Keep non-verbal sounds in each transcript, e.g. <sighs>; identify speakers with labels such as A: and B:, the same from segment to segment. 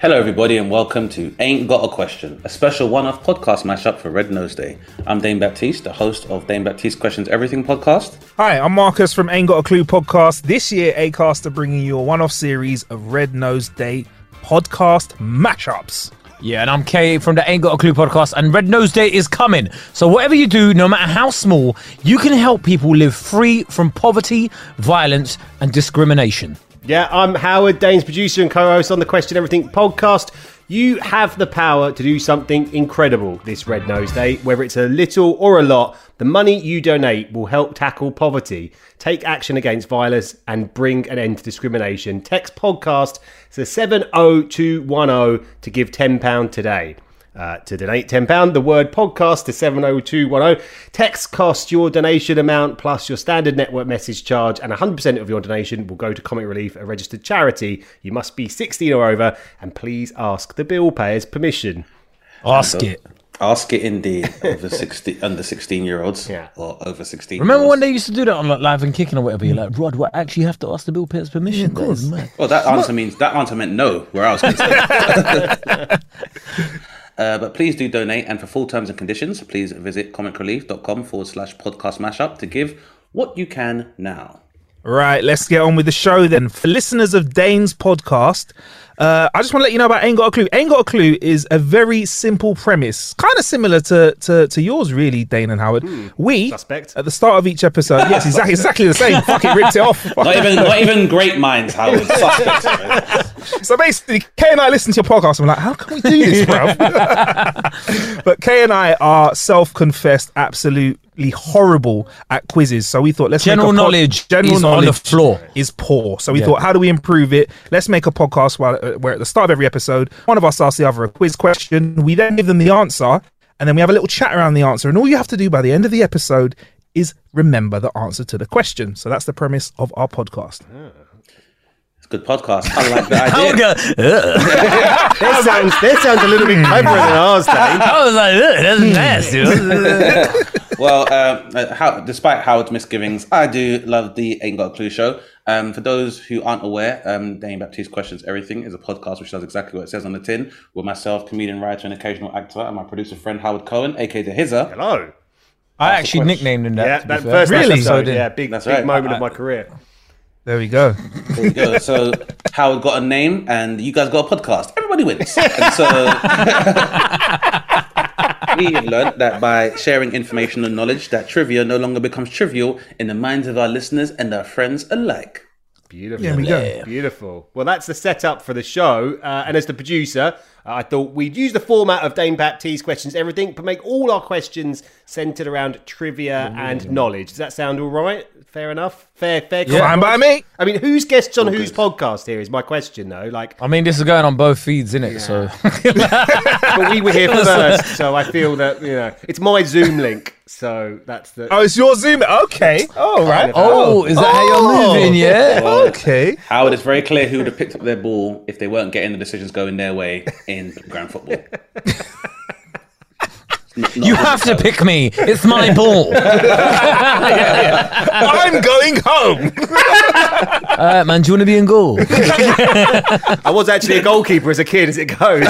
A: Hello, everybody, and welcome to Ain't Got a Question, a special one off podcast mashup for Red Nose Day. I'm Dane Baptiste, the host of Dane Baptiste Questions Everything podcast.
B: Hi, I'm Marcus from Ain't Got a Clue podcast. This year, Acast are bringing you a one off series of Red Nose Day podcast mashups.
C: Yeah, and I'm Kay from the Ain't Got a Clue podcast, and Red Nose Day is coming. So, whatever you do, no matter how small, you can help people live free from poverty, violence, and discrimination.
D: Yeah, I'm Howard, Dane's producer and co host on the Question Everything podcast. You have the power to do something incredible this Red Nose Day, whether it's a little or a lot. The money you donate will help tackle poverty, take action against violence, and bring an end to discrimination. Text podcast to 70210 to give £10 today. Uh, to donate £10, the word podcast oh to 70210. Text costs your donation amount plus your standard network message charge, and 100% of your donation will go to Comic Relief, a registered charity. You must be 16 or over, and please ask the bill payer's permission.
C: Ask it.
A: Ask it indeed, over <laughs> 60, under 16 year olds
D: Yeah.
A: or over 16.
C: Remember when they used to do that on like, Live and Kicking or whatever? You're like, Rod, what actually you have to ask the Bill Pitts permission? of course. <laughs>
A: Well, that answer means that answer meant no, where I was concerned. Uh, but please do donate, and for full terms and conditions, please visit comicrelief.com forward slash podcast mashup to give what you can now.
B: Right, let's get on with the show then. For listeners of Dane's podcast, uh, I just want to let you know about Ain't Got a Clue. Ain't Got a Clue is a very simple premise, kind of similar to, to, to yours, really, Dane and Howard.
A: Hmm,
B: we,
D: Suspect.
B: at the start of each episode, yes,
A: <laughs>
B: exactly, exactly the same. Fucking ripped it off.
A: Not even, not even great minds, Howard.
C: <laughs>
A: Suspect.
B: So basically, Kay and I listen to your podcast and we're like, how can we do
C: <laughs>
B: this, bro? <laughs> but Kay and I are self confessed absolutely horrible at quizzes. So we thought, let's
C: General
B: make a
C: knowledge is on the floor.
B: is poor. So we
C: Yeah.
B: thought, how do we improve it? Let's make a podcast while, uh, where at the start of every episode, one of us asks the other a quiz question. We then give them the answer and then we have a little chat around the answer. And all you have to do by the end of the episode is remember the answer to the question. So that's the premise of our podcast.
A: It's a good podcast. I like the
C: <laughs>
A: idea.
C: I would go, "Ugh."
A: <laughs>
D: That sounds, that sounds a little bit cleverer than ours, Dane.
C: I was like, "Ugh, that's nasty.
A: well, um, uh, how, despite Howard's misgivings, I do love the Ain't Got a Clue show. Um, for those who aren't aware, um, Dane Baptiste Questions Everything is a podcast which does exactly what it says on the tin with myself, comedian, writer, and occasional actor, and my producer friend Howard Cohen, aka The Hizzer.
D: Hello.
C: I actually nicknamed him that.
D: Yeah,
C: to be
D: that
C: fair.
D: first
B: Really?
D: episode.
C: So
D: Yeah,
C: did-
D: big,
A: That's
D: big
A: right.
D: moment of my career.
B: There we go.
A: There you go. So Howard got a name, and you guys got a podcast. Everybody wins. And so. <laughs> We have learned that by sharing information and knowledge, that trivia no longer becomes trivial in the minds of our listeners and our friends alike.
D: Beautiful.
B: There we go.
D: Beautiful. Well, that's the setup for the show. Uh, and as the producer, uh, I thought we'd use the format of Dame Baptiste questions everything, but make all our questions centered around trivia and knowledge. Does that sound all right? Fair enough. Fair, fair.
B: Fine by me.
D: I mean, who's guests on whose podcast here is my question, though. Like,
C: I mean, this is going on both feeds, innit? <laughs> So,
D: but we were here <laughs> first, so I feel that you know it's my Zoom link. So that's the.
B: Oh, it's your Zoom. Okay. All right.
C: oh, is that how
B: Oh.
C: you're moving?
B: <laughs>
C: Yeah.
B: Okay.
A: Howard, it's very clear who would have picked up their ball if they weren't getting the decisions going their way in ground football.
C: You have to pick me.
D: <laughs>
C: It's my ball.
B: I'm going <laughs> home.
C: Uh, man, do you want to be
D: <laughs>
C: in goal?
D: I was actually a goalkeeper as a kid, as it
B: <laughs>
D: goes.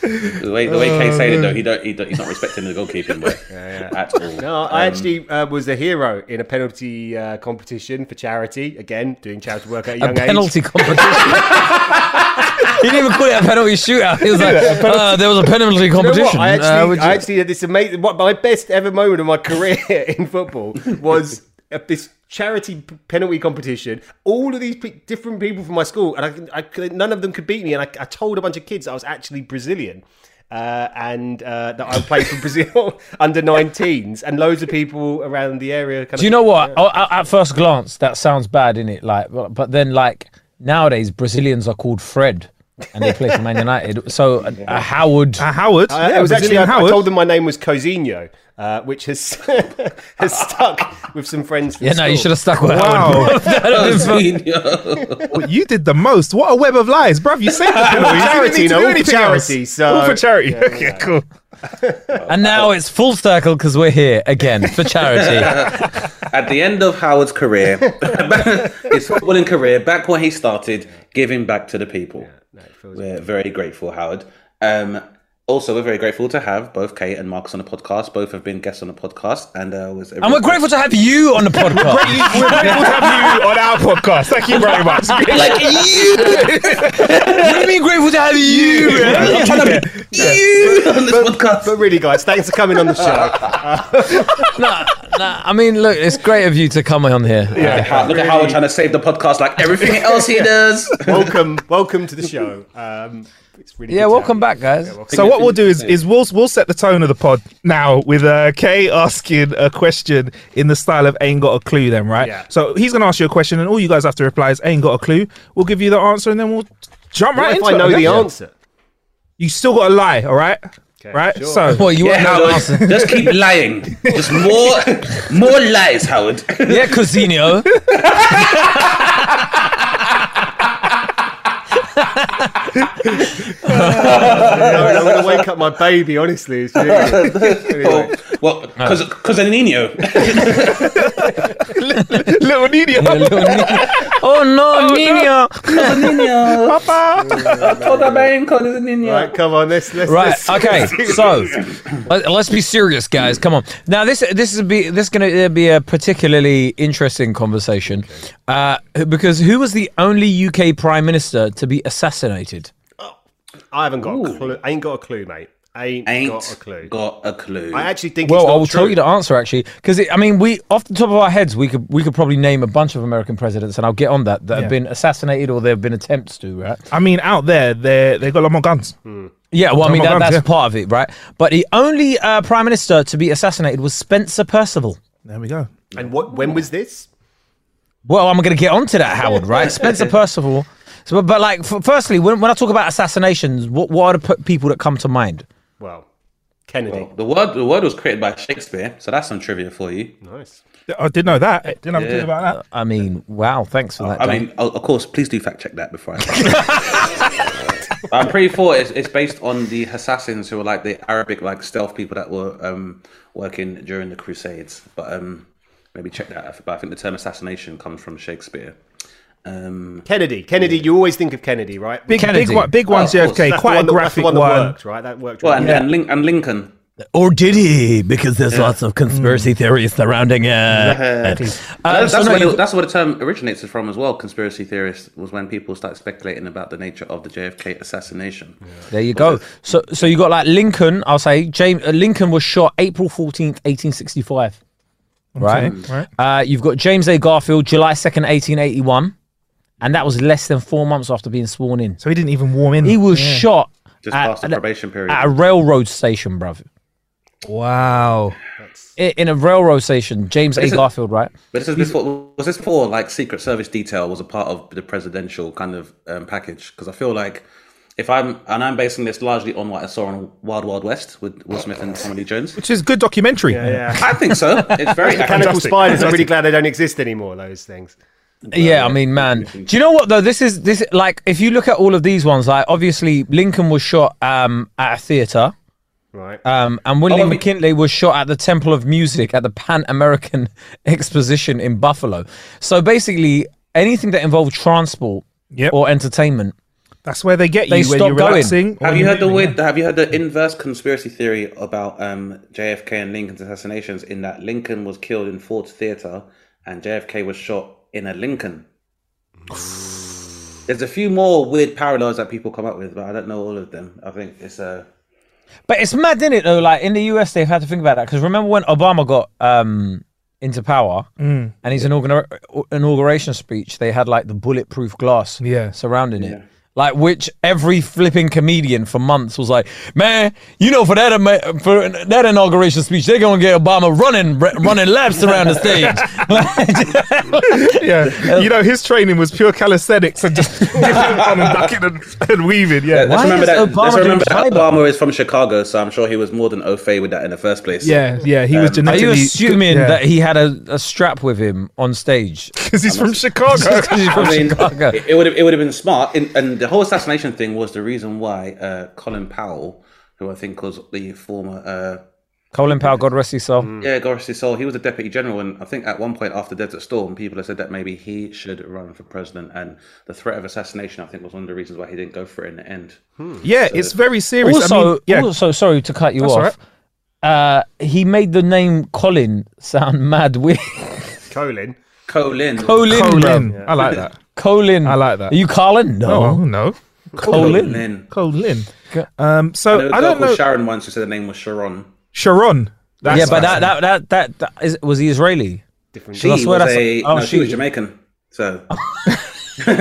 A: The way, the way Kay said it though, he don't, he don't, he's not respecting the goalkeeping boy at all.
D: No, I
A: Um,
D: actually uh, was a hero in a penalty uh, competition for charity. Again, doing charity work at a young
C: a
D: age.
C: penalty competition.
D: <laughs>
C: he didn't even call it a penalty shootout. He was like, uh, there was a penalty
D: You know what?
C: competition.
D: I
C: Uh,
D: actually,
C: would you-
D: I actually had this amazing. What my best ever moment of my career <laughs> in football was at this charity p- penalty competition. All of these pe- different people from my school, and I, I couldn't- none of them could beat me. And I, I told a bunch of kids I was actually Brazilian. Uh, and uh, that I played for <laughs> Brazil under 19s, and loads of people around the area. Kind
C: do you know what? Oh, at- at first glance, that sounds bad, innit? Like, but but then, like nowadays, Brazilians are called Fred, and they play for Man
D: <laughs>
C: United. So, uh, uh, Howard.
B: Uh, Howard.
D: I,
B: yeah,
D: it was actually I,
B: Brazilian
D: I
B: Howard.
D: <laughs> told them my name was Cosinho, uh, which has <laughs> has stuck with some friends. From
C: Yeah, no, you should
D: school.
C: have stuck with Howard.
B: Wow, <laughs>
A: <laughs> Coutinho.
B: but you did the most. What a web of lies, bruv! You saved the penalty.
D: charity,
B: you didn't need to
D: no,
B: do
D: all for
B: anything else.
D: charity, so-
B: all for charity. okay, cool.
C: And now it's full circle because we're here again for
D: <laughs>
C: charity.
A: at the end of Howard's career, his footballing career, back when he started, giving back to the people. we're very grateful, Howard. Um, also, we're very grateful to have both Kate and Marcus on the podcast. Both have been guests on the podcast, and uh, was
C: and we're grateful to have you
D: <laughs>
C: on the podcast.
B: We're grateful to have you on our podcast. Thank you very much.
A: <laughs>
C: We've been grateful to have you.
A: I'm not trying to be you on this podcast.
D: But really, guys, thanks for coming on the show.
C: no, no, I mean, look, it's great of you to come on here.
A: Look at how- Look at Howard trying to save the podcast
D: <laughs>
A: like everything else he does.
D: welcome, welcome to the show. Um, it's really good
C: Yeah,
D: to
C: welcome
D: have
C: back, guys.
B: So what we'll do is is we'll we'll set the tone of the pod now with uh, Kay asking a question in the style of "Ain't got a clue," then right?
D: Yeah.
B: So he's gonna ask you a question, and all you guys have to reply is "Ain't got a clue." We'll give you the answer, and then we'll jump
D: you.
B: right
D: What if
B: into
D: I
B: it,
D: know
B: okay?
D: the answer?
B: You still got to lie, all right? right.
D: sure.
B: So
C: Well, you
A: Yeah,
C: yeah,
A: Howard,
C: won't know the answer.
A: just
D: <laughs>
A: keep lying. Just more, more lies, Howard.
C: Yeah, <laughs> Cosinio.
D: I'm going to wake up my baby. Honestly, it's really- anyway.
A: <laughs> well, because because
D: <laughs>
A: El Nino.
B: little
C: <laughs>
B: Nidia,
C: oh no, Nino.
A: Nino.
B: Papa.
D: Right, come on, let's let's
C: <laughs> Right.
D: let's-
C: Okay. So let- let's be serious, guys. Come on. Now this this is be this is gonna uh, be a particularly interesting conversation, uh, because who was the only UK prime minister to be assassinated?
D: I haven't got a clue. I ain't got a clue, mate. I ain't, got a clue.
A: Got a clue.
D: I actually think.
C: Well,
D: it's
C: I
D: not
C: will
D: true.
C: tell you the answer actually, because I mean, we off the top of our heads, we could we could probably name a bunch of American presidents, and I'll get on that that
B: Yeah.
C: have been assassinated or there have been attempts to, right?
B: I mean, out there, they they got a lot more guns.
C: Yeah, well, I mean
B: my
C: that,
B: God,
C: that's
B: yeah.
C: part of it, right? But the only uh, prime minister to be assassinated was Spencer Percival.
B: There we go.
D: And what? When was this?
C: Well, I'm going to get onto that, Howard. <laughs> Right, Spencer Percival. So, but, but like, f- firstly, when, when I talk about assassinations, what what are the p- people that come to mind?
D: Well, Kennedy.
A: the word the word was created by Shakespeare, so that's some trivia for you.
D: nice.
B: I did know that. I didn't have a clue about that.
C: I mean, wow, thanks for that.
A: I
C: Dan.
A: mean, o- of course, please do fact check that before I. <laughs> Start. I'm pretty sure it's, it's based on the assassins who were like the Arabic like stealth people that were um, working during the Crusades. But um, maybe check that. out. But I think the term assassination comes from Shakespeare. Um,
D: Kennedy. Kennedy. You always think of Kennedy, right?
B: Big,
C: Kennedy.
B: big one, big one's
A: Oh, of course.
B: JFK.
D: That's the
B: Quite a
D: one that- that's
B: graphic
D: the one.
B: one.
D: That worked, right? That worked.
A: well,
D: Right?
A: and, and, Lin- and Lincoln.
C: or did he? Because there's lots of conspiracy theories surrounding it.
A: That's,
C: Mm. Uh, so
A: that's,
C: no,
A: where
C: you-
A: the, that's where the term originates from as well. Conspiracy theorists was when people started speculating about the nature of the JFK assassination.
C: There you go. So, so you got like Lincoln. I'll say James uh, Lincoln was shot April fourteenth, eighteen sixty-five. Right.
D: Mm.
B: right.
C: Uh, you've got James A. Garfield, July second, eighteen eighty-one, and that was less than four months after being sworn in.
B: So he didn't even warm in.
C: He was shot
A: Just
C: at,
A: past the probation period.
C: at a railroad station, bruv.
B: wow.
C: I- In a railroad station, James A.
A: Is it-
C: Garfield, right?
A: But this is before. Was this before like Secret Service detail was a part of the presidential kind of um, package? Because I feel like if I'm and I'm basing this largely on what I saw on Wild Wild West with Will Smith and Tommy Lee Jones.
B: Which is good
D: <laughs>
B: documentary.
A: I think so. It's very
D: Mechanical
A: accurate.
D: spiders. I'm really glad they don't exist anymore. Those things.
A: Uh,
C: Yeah, I mean, man. Do you know what though? This is this like if you look at all of these ones, like obviously Lincoln was shot um, at a theater,
D: Right.
C: Um, and William
A: Oh, we-
C: McKinley was shot at the Temple of Music at the Pan American <laughs> Exposition in Buffalo. So basically, anything that involved transport
B: Yep.
C: or entertainment.
B: That's where they get
C: They
B: you when
C: stop
B: you're
C: going.
B: relaxing. or
A: Have you
B: you're
A: heard the
B: moving.
A: weird? Have you heard the inverse conspiracy theory about um, JFK and Lincoln's assassinations? In that Lincoln was killed in Ford's Theater, and JFK was shot in a
C: <sighs>
A: Lincoln. There's a few more weird parallels that people come up with, but I don't know all of them. I think it's uh, a
C: But it's mad, isn't it? Though, like in the US, they've had to think about that because remember when Obama got um, into power
B: Mm.
C: and his inaugura- inauguration speech, they had like the bulletproof glass
B: Yeah.
C: surrounding it. Like which every flipping comedian for months was like, man, you know for that ama- for that inauguration speech, they're gonna get Obama running r- running laps
B: <laughs>
C: around the stage. <laughs>
A: <laughs>
B: Yeah, you know his training was pure calisthenics and just <laughs> dipping on and ducking and, and weaving. Yeah,
A: Let's
C: Why
A: remember
C: is
A: that.
C: Obama
A: let's
C: doing
A: remember that
C: Tiber?
A: Obama is from Chicago, so I'm sure he was more than au fait with that in the first place.
B: yeah, yeah. He was
A: Um,
C: Are
B: genetically.
C: you assuming
B: yeah.
C: that he had a, a strap with him on
A: <laughs>
C: stage? <laughs>
B: because he's from Chicago?
C: 'Cause he's from
A: I mean,
C: Chicago.
A: it, would have it would have been smart, and, and the whole assassination thing was the reason why uh, Colin Powell, who I think was the former. Uh,
C: Colin Powell, God rest his soul.
A: Yeah, Goris Sol, he was a deputy general, and I think at one point after Desert Storm, people have said that maybe he should run for president, and the threat of assassination, I think, was one of the reasons why he didn't go for it in the end.
B: yeah, it's very serious.
C: Also,
B: I mean, yeah,
C: also, sorry to cut you
B: That's all
C: off. Uh, he made the name Colin sound <laughs> mad weird.
D: Colin.
A: Colin.
C: Colin, Colin.
B: Colin. I like that.
C: Colin.
B: I like that.
C: Are you Colin?
B: Oh
C: No.
B: no,
C: Colin.
B: Colin. Um,
A: There
B: so
A: was
B: I
A: a girl
B: don't
A: called
B: know
A: Sharon once who said the name was Sharon.
B: Sharon. That's
C: yeah, but that, that that that that is was he Israeli?
D: Different.
A: She
C: I
A: was
C: swear that's-
A: a
C: oh,
A: no, she was
C: she-
A: Jamaican. So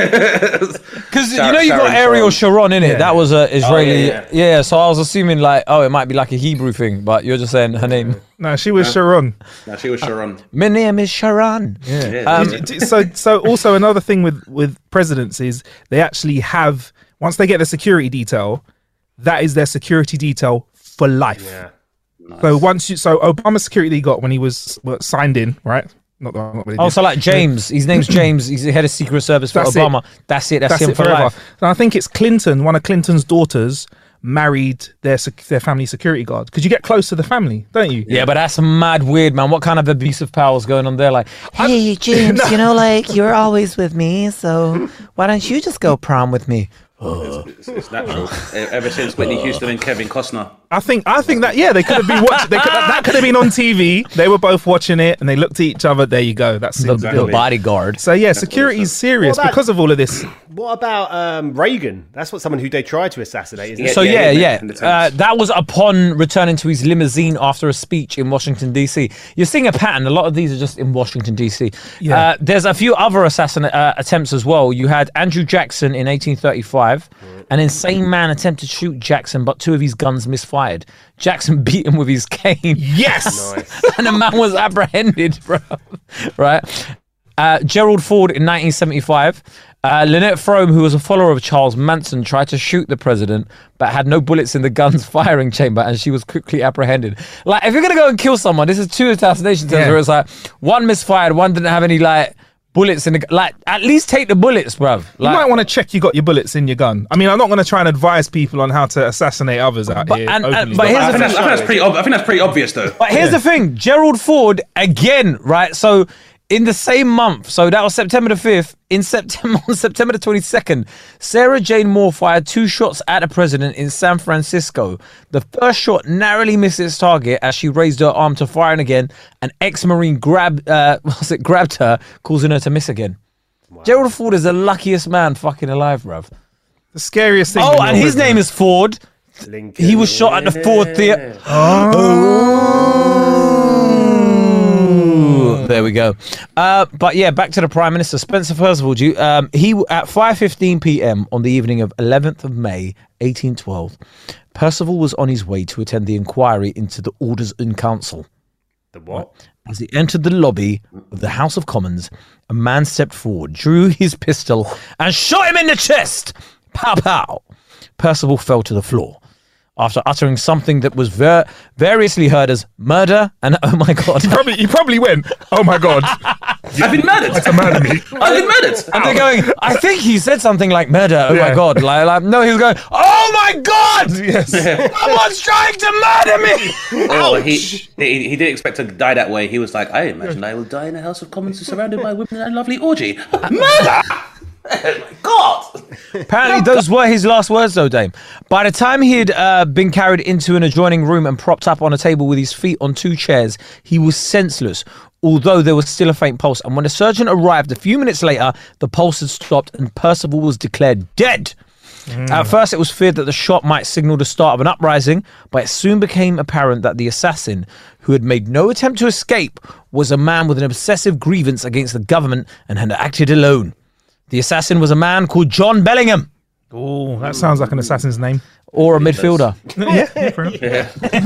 C: Because
A: Shar-
C: you know you got
A: Sharon,
C: Ariel
A: Sharon.
C: Sharon in it. That was a Israeli.
A: yeah,
C: yeah, So I was assuming like, oh, it might be like a Hebrew thing, but you're just saying her name.
B: no, she was Sharon.
A: no, she was Sharon.
C: My name is Sharon.
A: Yeah.
B: Um,
C: Um,
B: D- d- so so also another thing with with presidents is they actually have once they get the security detail that is their security detail for life
D: Yeah.
B: so once you so obama's security that he got when he was well, signed in right not the one not really
C: Also, Oh, like James, his name's James. He's the head of Secret Service for
B: That's it.
C: Obama. That's it. That's,
B: that's
C: him
B: it
C: for
B: forever
C: life.
B: and i think it's clinton one of clinton's daughters married their sec- their family security guard because you get close to the family don't you
C: Yeah, but that's mad weird, man. What kind of abusive power is going on there? Like,
E: Hey, James, you know, like, you're always with me, so why don't you just go prom with me?
A: It's, it's natural. E- Ever since Whitney Houston and Kevin Costner.
B: I think I think that yeah they could have been watching they could, that could have been on TV they were both watching it and they looked at each other there you go that's
C: the,
B: exactly.
C: the bodyguard.
B: So yeah, security is serious
D: Well, that-
B: because of all of this.
D: What about um, Reagan? That's what someone who they tried to assassinate, isn't it?
C: So yeah,
A: yeah,
C: yeah.
A: in the
C: Uh,
A: tanks.
C: that was upon returning to his limousine after a speech in Washington D.C. You're seeing a pattern. A lot of these are just in Washington D.C. Uh, there's a few other assassin uh, attempts as well. You had Andrew Jackson in 1835. An insane man attempted to shoot Jackson, but two of his guns misfired. Jackson <laughs> beat him with his cane.
D: <laughs>
B: Yes,
C: <laughs> and a man was apprehended, <laughs> bro. Right? Uh, Gerald Ford in 1975. Uh, Lynette Frome, who was a follower of Charles Manson, tried to shoot the president, but had no bullets in the gun's <laughs> firing chamber, and she was quickly apprehended. Like, if you're gonna go and kill someone, this is two assassination attempts
B: Yeah.
C: where it's like one misfired, one didn't have any like bullets in the gu- like. At least take the bullets, bruv.
B: you
C: Like,
B: might want to check you got your bullets in your gun. I mean, I'm not going to try and advise people on how to assassinate others out
C: But-
B: here.
C: and- and-
B: openly.
C: but here's
A: I
C: the
A: think, that's, I think that's pretty. Ob- I think that's pretty obvious though.
C: But here's the thing, Gerald Ford again, right? So in the same month, so that was September the fifth. In September, <laughs> on September the twenty second, Sarah Jane Moore fired two shots at a president in San Francisco. The first shot narrowly missed its target as she raised her arm to fire and again. An ex-marine grabbed, uh, <laughs> was it grabbed her, causing her to miss again. Gerald Ford is the luckiest man fucking alive, bruv.
B: the scariest thing.
C: Oh,
B: when
C: and
B: you're
C: his
B: with <laughs>
C: name is Ford.
D: Lincoln.
C: He was shot at the Ford Theater. Ooh, There we go. Uh, but yeah, back to the Prime Minister Spencer Percival. Do you- um, he at 5:15 p.m. on the evening of 11th of May 1812, Percival was on his way to attend the inquiry into the Orders in Council.
D: The what?
C: As he entered the lobby of the House of Commons, a man stepped forward, drew his pistol, and shot him in the chest. Pow pow. Percival fell to the floor. After uttering something that was ver- variously heard as murder and oh my god,
B: <laughs>
C: <laughs>
B: Probably, he probably went. Oh my god!
A: I've been murdered.
B: It's a murder me.
A: I've been murdered.
C: And they're going, I think he said something like murder. Oh my
B: Yeah.
C: god. Like, like, no, he was going, Oh my god!
B: Yes.
C: Someone's trying to murder me!
A: Oh, he, he he didn't expect to die that way. He was like, I imagine I will die in a house of commons surrounded by women and a lovely <laughs> orgy. Murder! Oh My God!
C: Apparently, those were his last words, though, Dame. By the time he had uh, been carried into an adjoining room and propped up on a table with his feet on two chairs, he was senseless, although there was still a faint pulse. And when the surgeon arrived a few minutes later, the pulse had stopped and Percival was declared dead. At first, it was feared that the shot might signal the start of an uprising, but it soon became apparent that the assassin, who had made no attempt to escape, was a man with an obsessive grievance against the government and had acted alone. The assassin was a man called John Bellingham,
B: Oh, that sounds like an assassin's
C: <laughs>
B: name.
C: or a midfielder.
B: yeah, yeah, fair enough.
A: <laughs>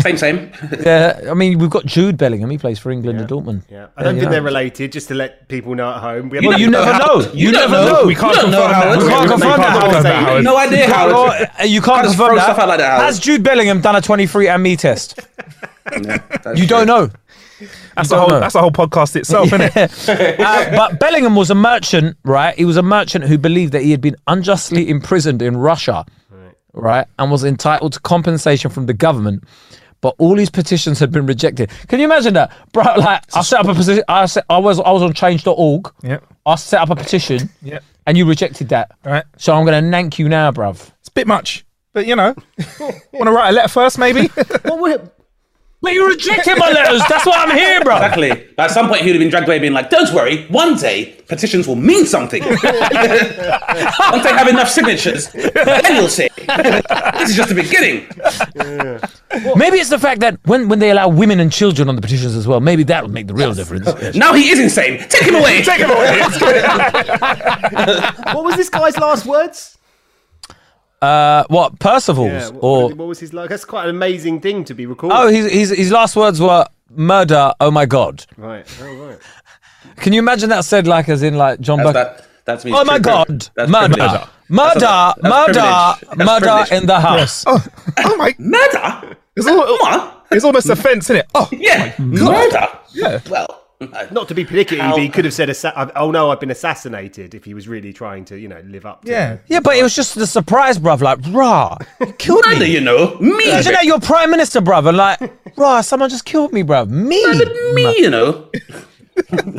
A: Same, same.
C: Yeah, I mean, we've got Jude Bellingham. He plays for England and Dortmund.
D: Yeah. I don't
C: you
D: think
C: know.
D: they're related, just to let people know at home. We have
C: Well, you never know. You, never know.
B: We can't confirm that.
C: We can't confirm
B: can't
C: that,
D: Howard.
B: confirm that, Howard.
A: No idea how.
C: Well, <laughs> uh, you can't
A: Can't just
C: confirm
A: throw
C: that.
A: stuff out like that, Howard.
C: Has Jude Bellingham done a 23andMe test? You don't know.
B: That's a whole.
C: know.
B: That's a whole podcast itself, isn't it?
C: Uh, but Bellingham was a merchant, right? He was a merchant who believed that he had been unjustly imprisoned in Russia, right? And was entitled to compensation from the government. But all his petitions had been rejected. Can you imagine that, bro? <laughs> Like, I set up a position. I, set, I was I was on Change.org.
B: Yep.
C: I set up a petition.
B: Yep.
C: And you rejected that.
B: Right.
C: So I'm gonna nank you now, bruv.
B: It's a bit much, but you
C: <laughs>
B: know, want to write a letter first, maybe?
D: What would-
C: But you rejected my letters. That's why I'm here, bro.
A: Exactly. At some point, he would have been dragged away, being like, "Don't worry, one day petitions will mean <laughs> something. Once they have enough signatures, then you'll see. this is just the beginning."
C: Maybe it's the fact that when, when they allow women and children on the petitions as well, maybe that'll make the real difference.
A: Now he is insane. Take him away. Take him away.
D: what was this guy's last words?
C: Uh, what Percival's
D: Yeah, what,
C: or
D: what was his last? That's quite an amazing thing to be recorded.
C: oh, his, his his last words were murder. Oh my god!
D: right, oh, right.
C: Can you imagine that said like as in like John
A: That's,
C: Buck?
A: that, that's me.
C: oh my god! Murder.
A: privilege.
C: Murder,
A: That's- that's
C: murder,
A: privilege. That's
C: murder
A: privilege.
C: in the house.
B: oh my!
A: Murder.
B: It's, al-
A: What?
B: it's almost offence, isn't it?
C: <laughs>
B: Oh,
A: Yeah. Murder. Yeah. Mm-hmm. Well.
D: Not to be particular,
A: How-
D: he could have said, assa- I've- "Oh no, I've been assassinated." If he was really trying to, you know, live up. To
B: yeah.
C: Yeah, but it was just the surprise, bruv. Like, rah, you killed
A: Murder,
C: me.
A: you know. Me.
C: Imagine that you're prime minister, bruv, and like, rah, someone just killed me, bruv. Me.
A: Me, you
C: <laughs>
A: know.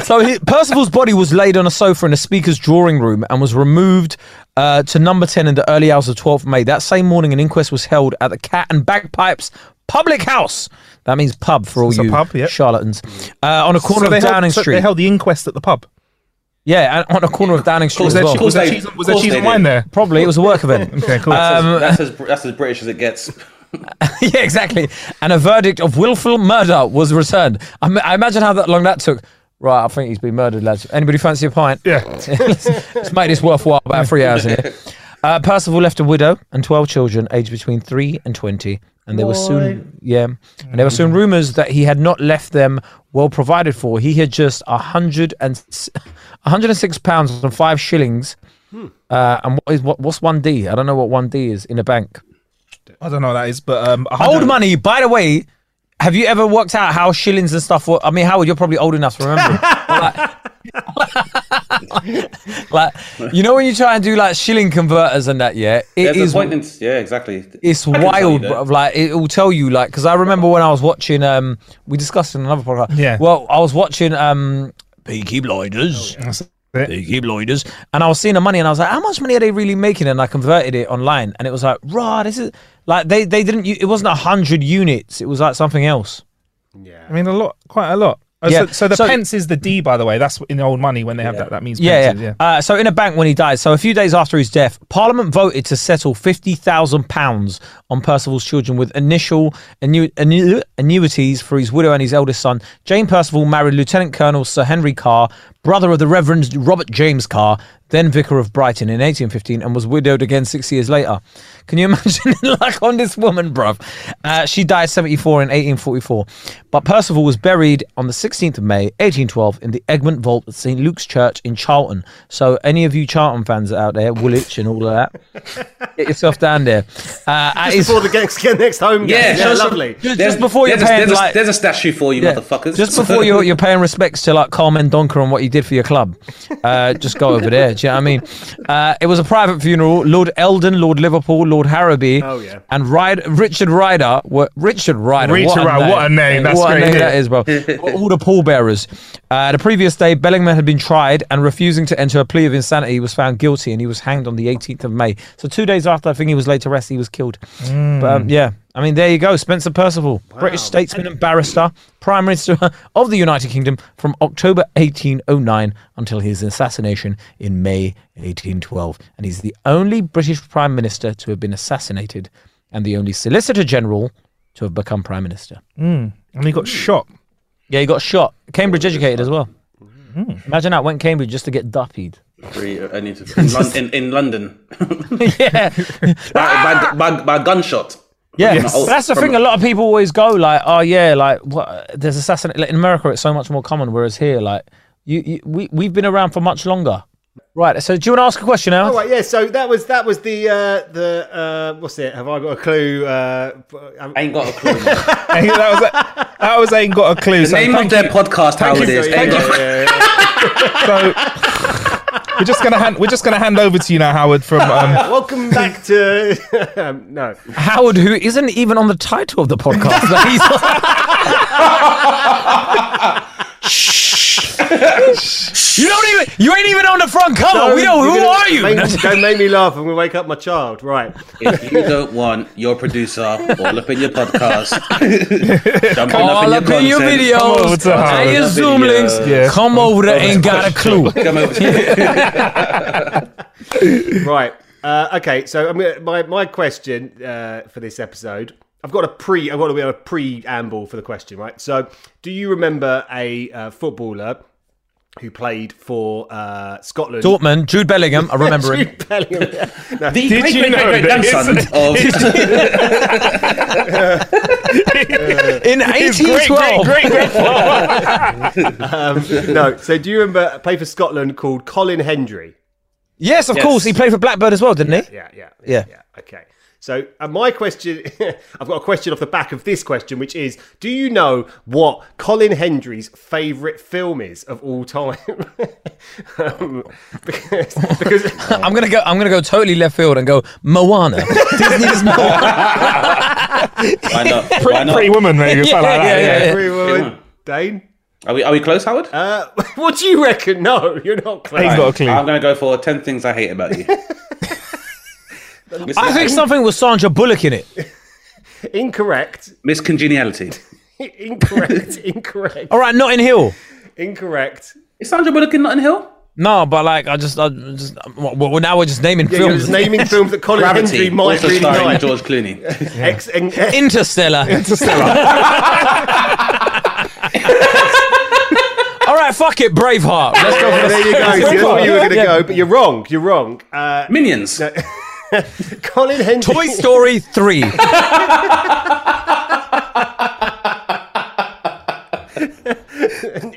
C: So he, Percival's body was laid on a sofa in the speaker's drawing room and was removed uh, to number 10 in the early hours of 12th May. That same morning, an inquest was held at the Cat and Bagpipes Public House. That means pub for all
B: It's a
C: you
B: pub, yep.
C: charlatans. Uh, on a corner
B: So they
C: of
B: held-
C: Downing
B: so
C: Street.
B: They held the inquest at the pub.
C: yeah, and on a corner of Downing Street
B: Was
C: as
B: there,
C: well.
B: was there
A: they-
B: cheese,
A: of
B: was there
A: course
B: cheese
A: they
B: and wine
A: did.
B: there?
C: Probably, it was a work event.
B: <laughs> Okay, cool.
C: Um,
A: that's, as, that's as British as it gets.
C: <laughs> yeah, exactly. And a verdict of willful murder was returned. I, ma- I imagine how that long that took. Right, I think he's been murdered, lads. Anybody fancy a pint?
B: Yeah.
C: let's, let's make <laughs> this worthwhile. About three hours in here. Uh, Percival left a widow and twelve children, aged between three and twenty, and there were soon yeah, and there were soon rumours that he had not left them well provided for. He had just a hundred and s- a hundred and six pounds and five shillings. Uh, and what is what, what's one D? I don't know what one D is in a bank.
B: I don't know what that is, but um, a
C: Old
B: hundred-
C: money, by the way. Have you ever worked out how shillings and stuff were? I mean, Howard, you're probably old enough
A: <laughs>
C: to remember. <laughs> like, like, you know, when you try and do like shilling converters and that, yeah, it
A: There's
C: is.
A: a point in, yeah, exactly.
C: It's
A: I can tell you
C: wild,
A: that.
C: bro. Like it will tell you, like, because I remember when I was watching. Um, we discussed in another podcast.
B: Yeah.
C: Well, I was watching um, Peaky Blinders.
A: Oh,
B: That's it.
C: Peaky Blinders. And I was seeing the money and I was like, how much money are they really making? And I converted it online and it was like, rah, this is like they, they didn't, u- it wasn't a hundred units. It was like something else.
B: I mean, a lot, quite a lot. Oh,
C: Yeah.
B: so, so the
C: So-
B: pence is the D, by the way. That's in old money when they have that. That means
C: Yeah,
B: pences,
C: yeah. Uh, so in a bank when he died, so a few days after his death, Parliament voted to settle fifty thousand pounds on Percival's children with initial annu- annu- annuities for his widow and his eldest son. Jane Percival married Lieutenant Colonel Sir Henry Carr, brother of the Reverend Robert James Carr, then vicar of Brighton in 1815, and was widowed again six years later. Can you <laughs> imagine the luck on this woman, bruv? Uh, she died 74 in 1844. But Percival was buried on the 16th of May, 1812, in the Egmont Vault at St. Luke's Church in Charlton. So, any of you Charlton fans out there, Woolwich and all of that, get yourself down there. Uh, at his-
D: Before the <laughs> next, next home game.
A: Yeah,
D: Yeah,
A: show some-
D: lovely.
C: just, just before you're
A: there's, a,
C: paying,
A: there's,
C: like,
A: a, there's a statue for you,
C: yeah.
A: motherfuckers.
C: Just before you're, you're paying respects to like Carmen Donker and what you did for your club, uh, just go over there. Do you know what I mean? Uh, it was a private funeral. Lord Eldon, Lord Liverpool, Lord Harrowby,
D: Oh, yeah.
C: and Ryd- Richard Ryder were Richard Ryder.
B: Richard
C: what a
B: Ryder,
C: name.
B: what a name. That's
C: what
B: great,
C: a name
B: yeah.
C: that is, bro. Were All the pallbearers. Uh, the previous day, Bellingham had been tried and refusing to enter a plea of insanity, he was found guilty and he was hanged on the 18th of May. So two days after, I think he was laid to rest. He was killed. But um, yeah. I mean, there you go, Spencer Percival, British statesman and barrister, Prime Minister of the United Kingdom from October 1809 until his assassination in May 1812. And he's the only British Prime Minister to have been assassinated and the only Solicitor General to have become Prime Minister.
B: And he got shot. <laughs>
C: Yeah, he got shot. Cambridge educated as well. Imagine that, went Cambridge just to get duppied.
A: Free, uh, I need to, in, Lon- in, in <laughs> London.
C: <laughs> <laughs> yeah.
A: by, by, by, by gunshot.
C: Yeah,
A: Yes.
C: but that's the
A: From-
C: thing. A lot of people always go like, "Oh yeah, like what? There's assassin like, in America. It's so much more common, whereas here, like, you, you we we've been around for much longer." Right. So, do you want to ask a question now?
D: All right, yeah. So that was that was the uh, the uh, what's it? Have I got a clue? Uh,
A: I ain't got a clue. man.
B: And he- that was that was ain't got a clue.
A: The
B: so
A: name of
B: thank
A: their podcast, how it is. Ain't got a clue.
C: <laughs>
B: So we're just gonna hand we're just gonna hand over to you now, Howard. From um,
D: Welcome back to um, no.
C: Howard, who isn't even on the title of the podcast, like, <laughs> he's you don't even you ain't even on the front cover. Oh, we know
D: You're
C: who
D: gonna
C: are you?
D: Make, don't make me laugh. I'm gonna wake up my child. Right.
A: If you don't want your producer all up in your
C: <laughs>
A: podcast, jumping up in
C: All
A: your,
C: up in
A: content,
C: your
B: Come over
C: videos
B: to
C: and
B: Howard.
C: your Zoom
A: Video.
C: links.
B: Yeah.
C: Come eh, over there, ain't got a clue.
A: come over-
D: right. Uh, okay, so I'm gonna, my my question uh, for this episode. I've got a pre. I've got a bit of a preamble for the question, right? So, do you remember a uh, footballer who played for uh, Scotland? <laughs>
C: Dortmund, Jude Bellingham, I remember him.
D: Jude Bellingham. No,
A: The
B: Did
A: great,
B: you
A: great,
B: know
A: great, great
B: that
A: grandson <laughs> of
C: In
B: his great, great,
C: 1812,
B: great grandfather.
D: um, <laughs> no. So, do you remember a play for Scotland called Colin Hendry?
C: yes, of course, he played for Blackbird as well, didn't he?
D: Yeah, yeah,
C: Yeah.
D: Okay. So, uh, my question <laughs> I've got a question off the back of this question, which is Do you know what Colin Hendry's favourite film is of all time? <laughs> um, because,
A: <laughs>
D: because
C: I'm gonna go. I'm gonna go totally left field and go <laughs> Moana. Disney's Moana.
A: why not? Why not?
B: Pretty woman, maybe. something like that,
C: <laughs> yeah, yeah, yeah.
D: every woman, Dane, <laughs>
A: Are we are we close, Howard?
D: uh, what do you reckon? No, you're not
B: He's
D: close.
B: got a clue.
A: I'm gonna go for ten things I hate about you. Mis-
C: I think something with Sandra Bullock in it.
D: Incorrect. <laughs>
A: miscongeniality.
D: Incorrect. <laughs> incorrect.
C: All
A: Oh.
C: right, Notting Hill.
D: Incorrect.
A: Is Sandra Bullock in Notting Hill?
C: No, but like I just, I just. Well, well, now we're just naming
D: Yeah, you're
C: films.
D: just naming films that Colin
A: Gravity,
D: Hendry might
A: also
D: really
A: starring
D: like.
A: George
D: <laughs>
A: Clooney.
D: Ex- in-
C: Interstellar. <laughs> All right, fuck it, Braveheart. Let's go.
D: there you go. See, That's where you were going to go, but you're wrong. You're wrong. Uh,
A: Minions.
D: Colin Hendry.
C: Toy Story Three.
D: <laughs>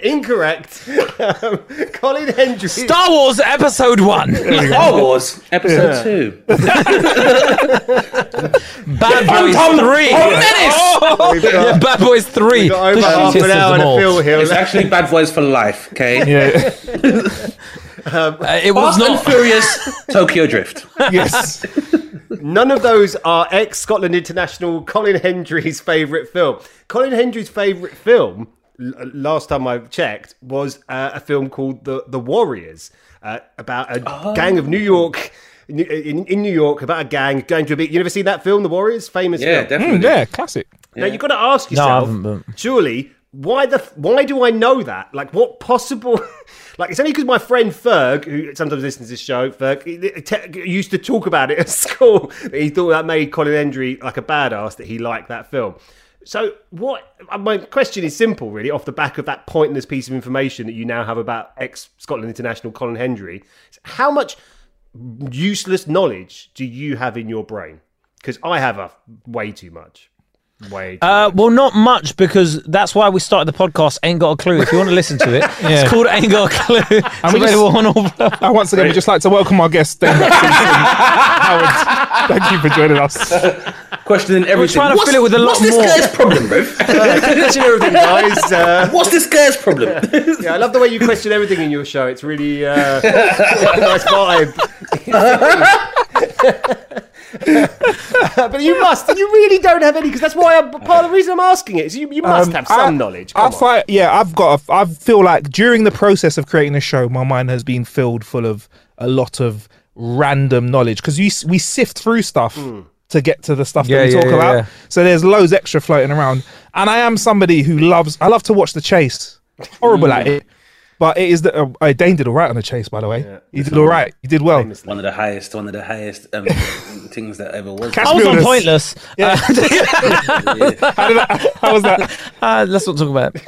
D: Incorrect. Um, Colin Hendry.
C: Star Wars Episode One.
A: Star Wars episode two.
C: Bad Boys Three. Oh, yeah, Bad Boys Three.
D: Got over
C: The
D: half an
C: shittest
D: hour
C: of
D: and
C: them
D: a
C: all.
D: Phil Hill.
A: It's actually Bad Boys for Life. Okay.
B: Yeah.
C: Uh, it was
A: Fast and
C: not.
A: Furious Tokyo Drift.
B: Yes.
D: None of those are ex Scotland international Colin Hendry's favourite film. Colin Hendry's favourite film, l- last time I checked, was uh, a film called The, the Warriors uh, about a
C: Oh.
D: gang of New York. In, in, in New York, about a gang going to a big. You never seen that film, The Warriors? Famous
A: Yeah,
D: film.
A: definitely.
B: Mm, yeah. Classic.
D: Now you've got to ask
C: No, I
D: yourself,
C: haven't,
D: surely, why the f- why do I know that? Like, what possible? <laughs> like, it's only because my friend Ferg, who sometimes listens to this show, Ferg he- he te- used to <laughs> talk about it at school. He thought that made Colin Hendry like a badass that he liked that film. So what? uh, My question is simple, really, off the back of that pointless piece of information that you now have about ex Scotland international Colin Hendry. How much useless knowledge do you have in your brain? Because I have a way too much. Way. Too
C: Uh, well, not much because that's why we started the podcast. Ain't got a clue. If you want to listen to it,
D: <laughs>
C: it's called Ain't Got a Clue. It's
B: we just-
C: available on all.
B: Uh, once again, we'd just like to welcome our guest, Dame Baptiste
C: <laughs>
B: and Howard. Thank you for joining us.
A: Questioning everything.
C: trying to
A: what's,
C: fill it with a
A: what's
C: lot
A: this
C: more.
A: guy's problem, bro?
D: Question everything, guys. Uh,
A: what's this guy's problem?
D: <laughs>
A: <laughs>
D: yeah, I love the way you question everything in your show. It's really uh, nice vibe. <laughs> but you must. You really don't have any because that's why. I'm, part of the reason I'm asking it is you, you must
B: Um,
D: have some
B: I-
D: knowledge.
B: I
D: Come on.
B: find, yeah, I've got. A, I feel like during the process of creating the show, my mind has been filled full of a lot of random knowledge because you s- we sift through stuff
D: Hmm.
B: to get to the stuff
C: Yeah,
B: that we
C: yeah,
B: talk
C: yeah,
B: about.
C: yeah.
B: So there's loads extra floating around, and I am somebody who loves. I love to watch the chase.
D: Hmm.
B: Horrible at it. But it is that uh, uh, Dane did all right on the chase, by the way. he did all right. He did well.
A: one of the highest, one of the highest um, things that ever was.
B: Cas-
C: I was on
B: Realness.
C: pointless.
B: Yeah. <laughs> how, did I, how was that?
C: <laughs>
D: <laughs>
C: Uh, let's not talk about it.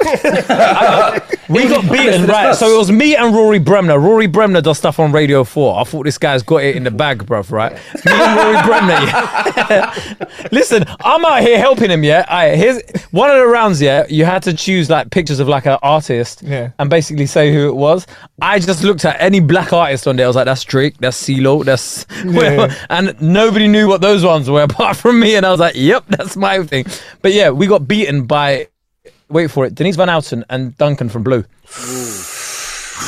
C: I- I- <laughs> we got beaten, right? So it was me and Rory Bremner. Rory Bremner does stuff on Radio 4. I thought this guy's got it in the bag, bruv, right? Me and Rory Bremner, yeah. <laughs> Listen, I'm out here helping him, yeah? I here's one of the rounds, yeah, you had to choose like pictures of like an artist
B: Yeah.
C: and basically say who it was. I just looked at any black artist on there. I was like, that's Drake, that's CeeLo, that's.
B: Yeah.
C: <laughs> and nobody knew what those ones were <laughs> apart from me. And I was like, yep, that's my thing. But yeah, we got beaten by, wait for it, Denise Van Outen and Duncan
A: <sighs>
C: from Blue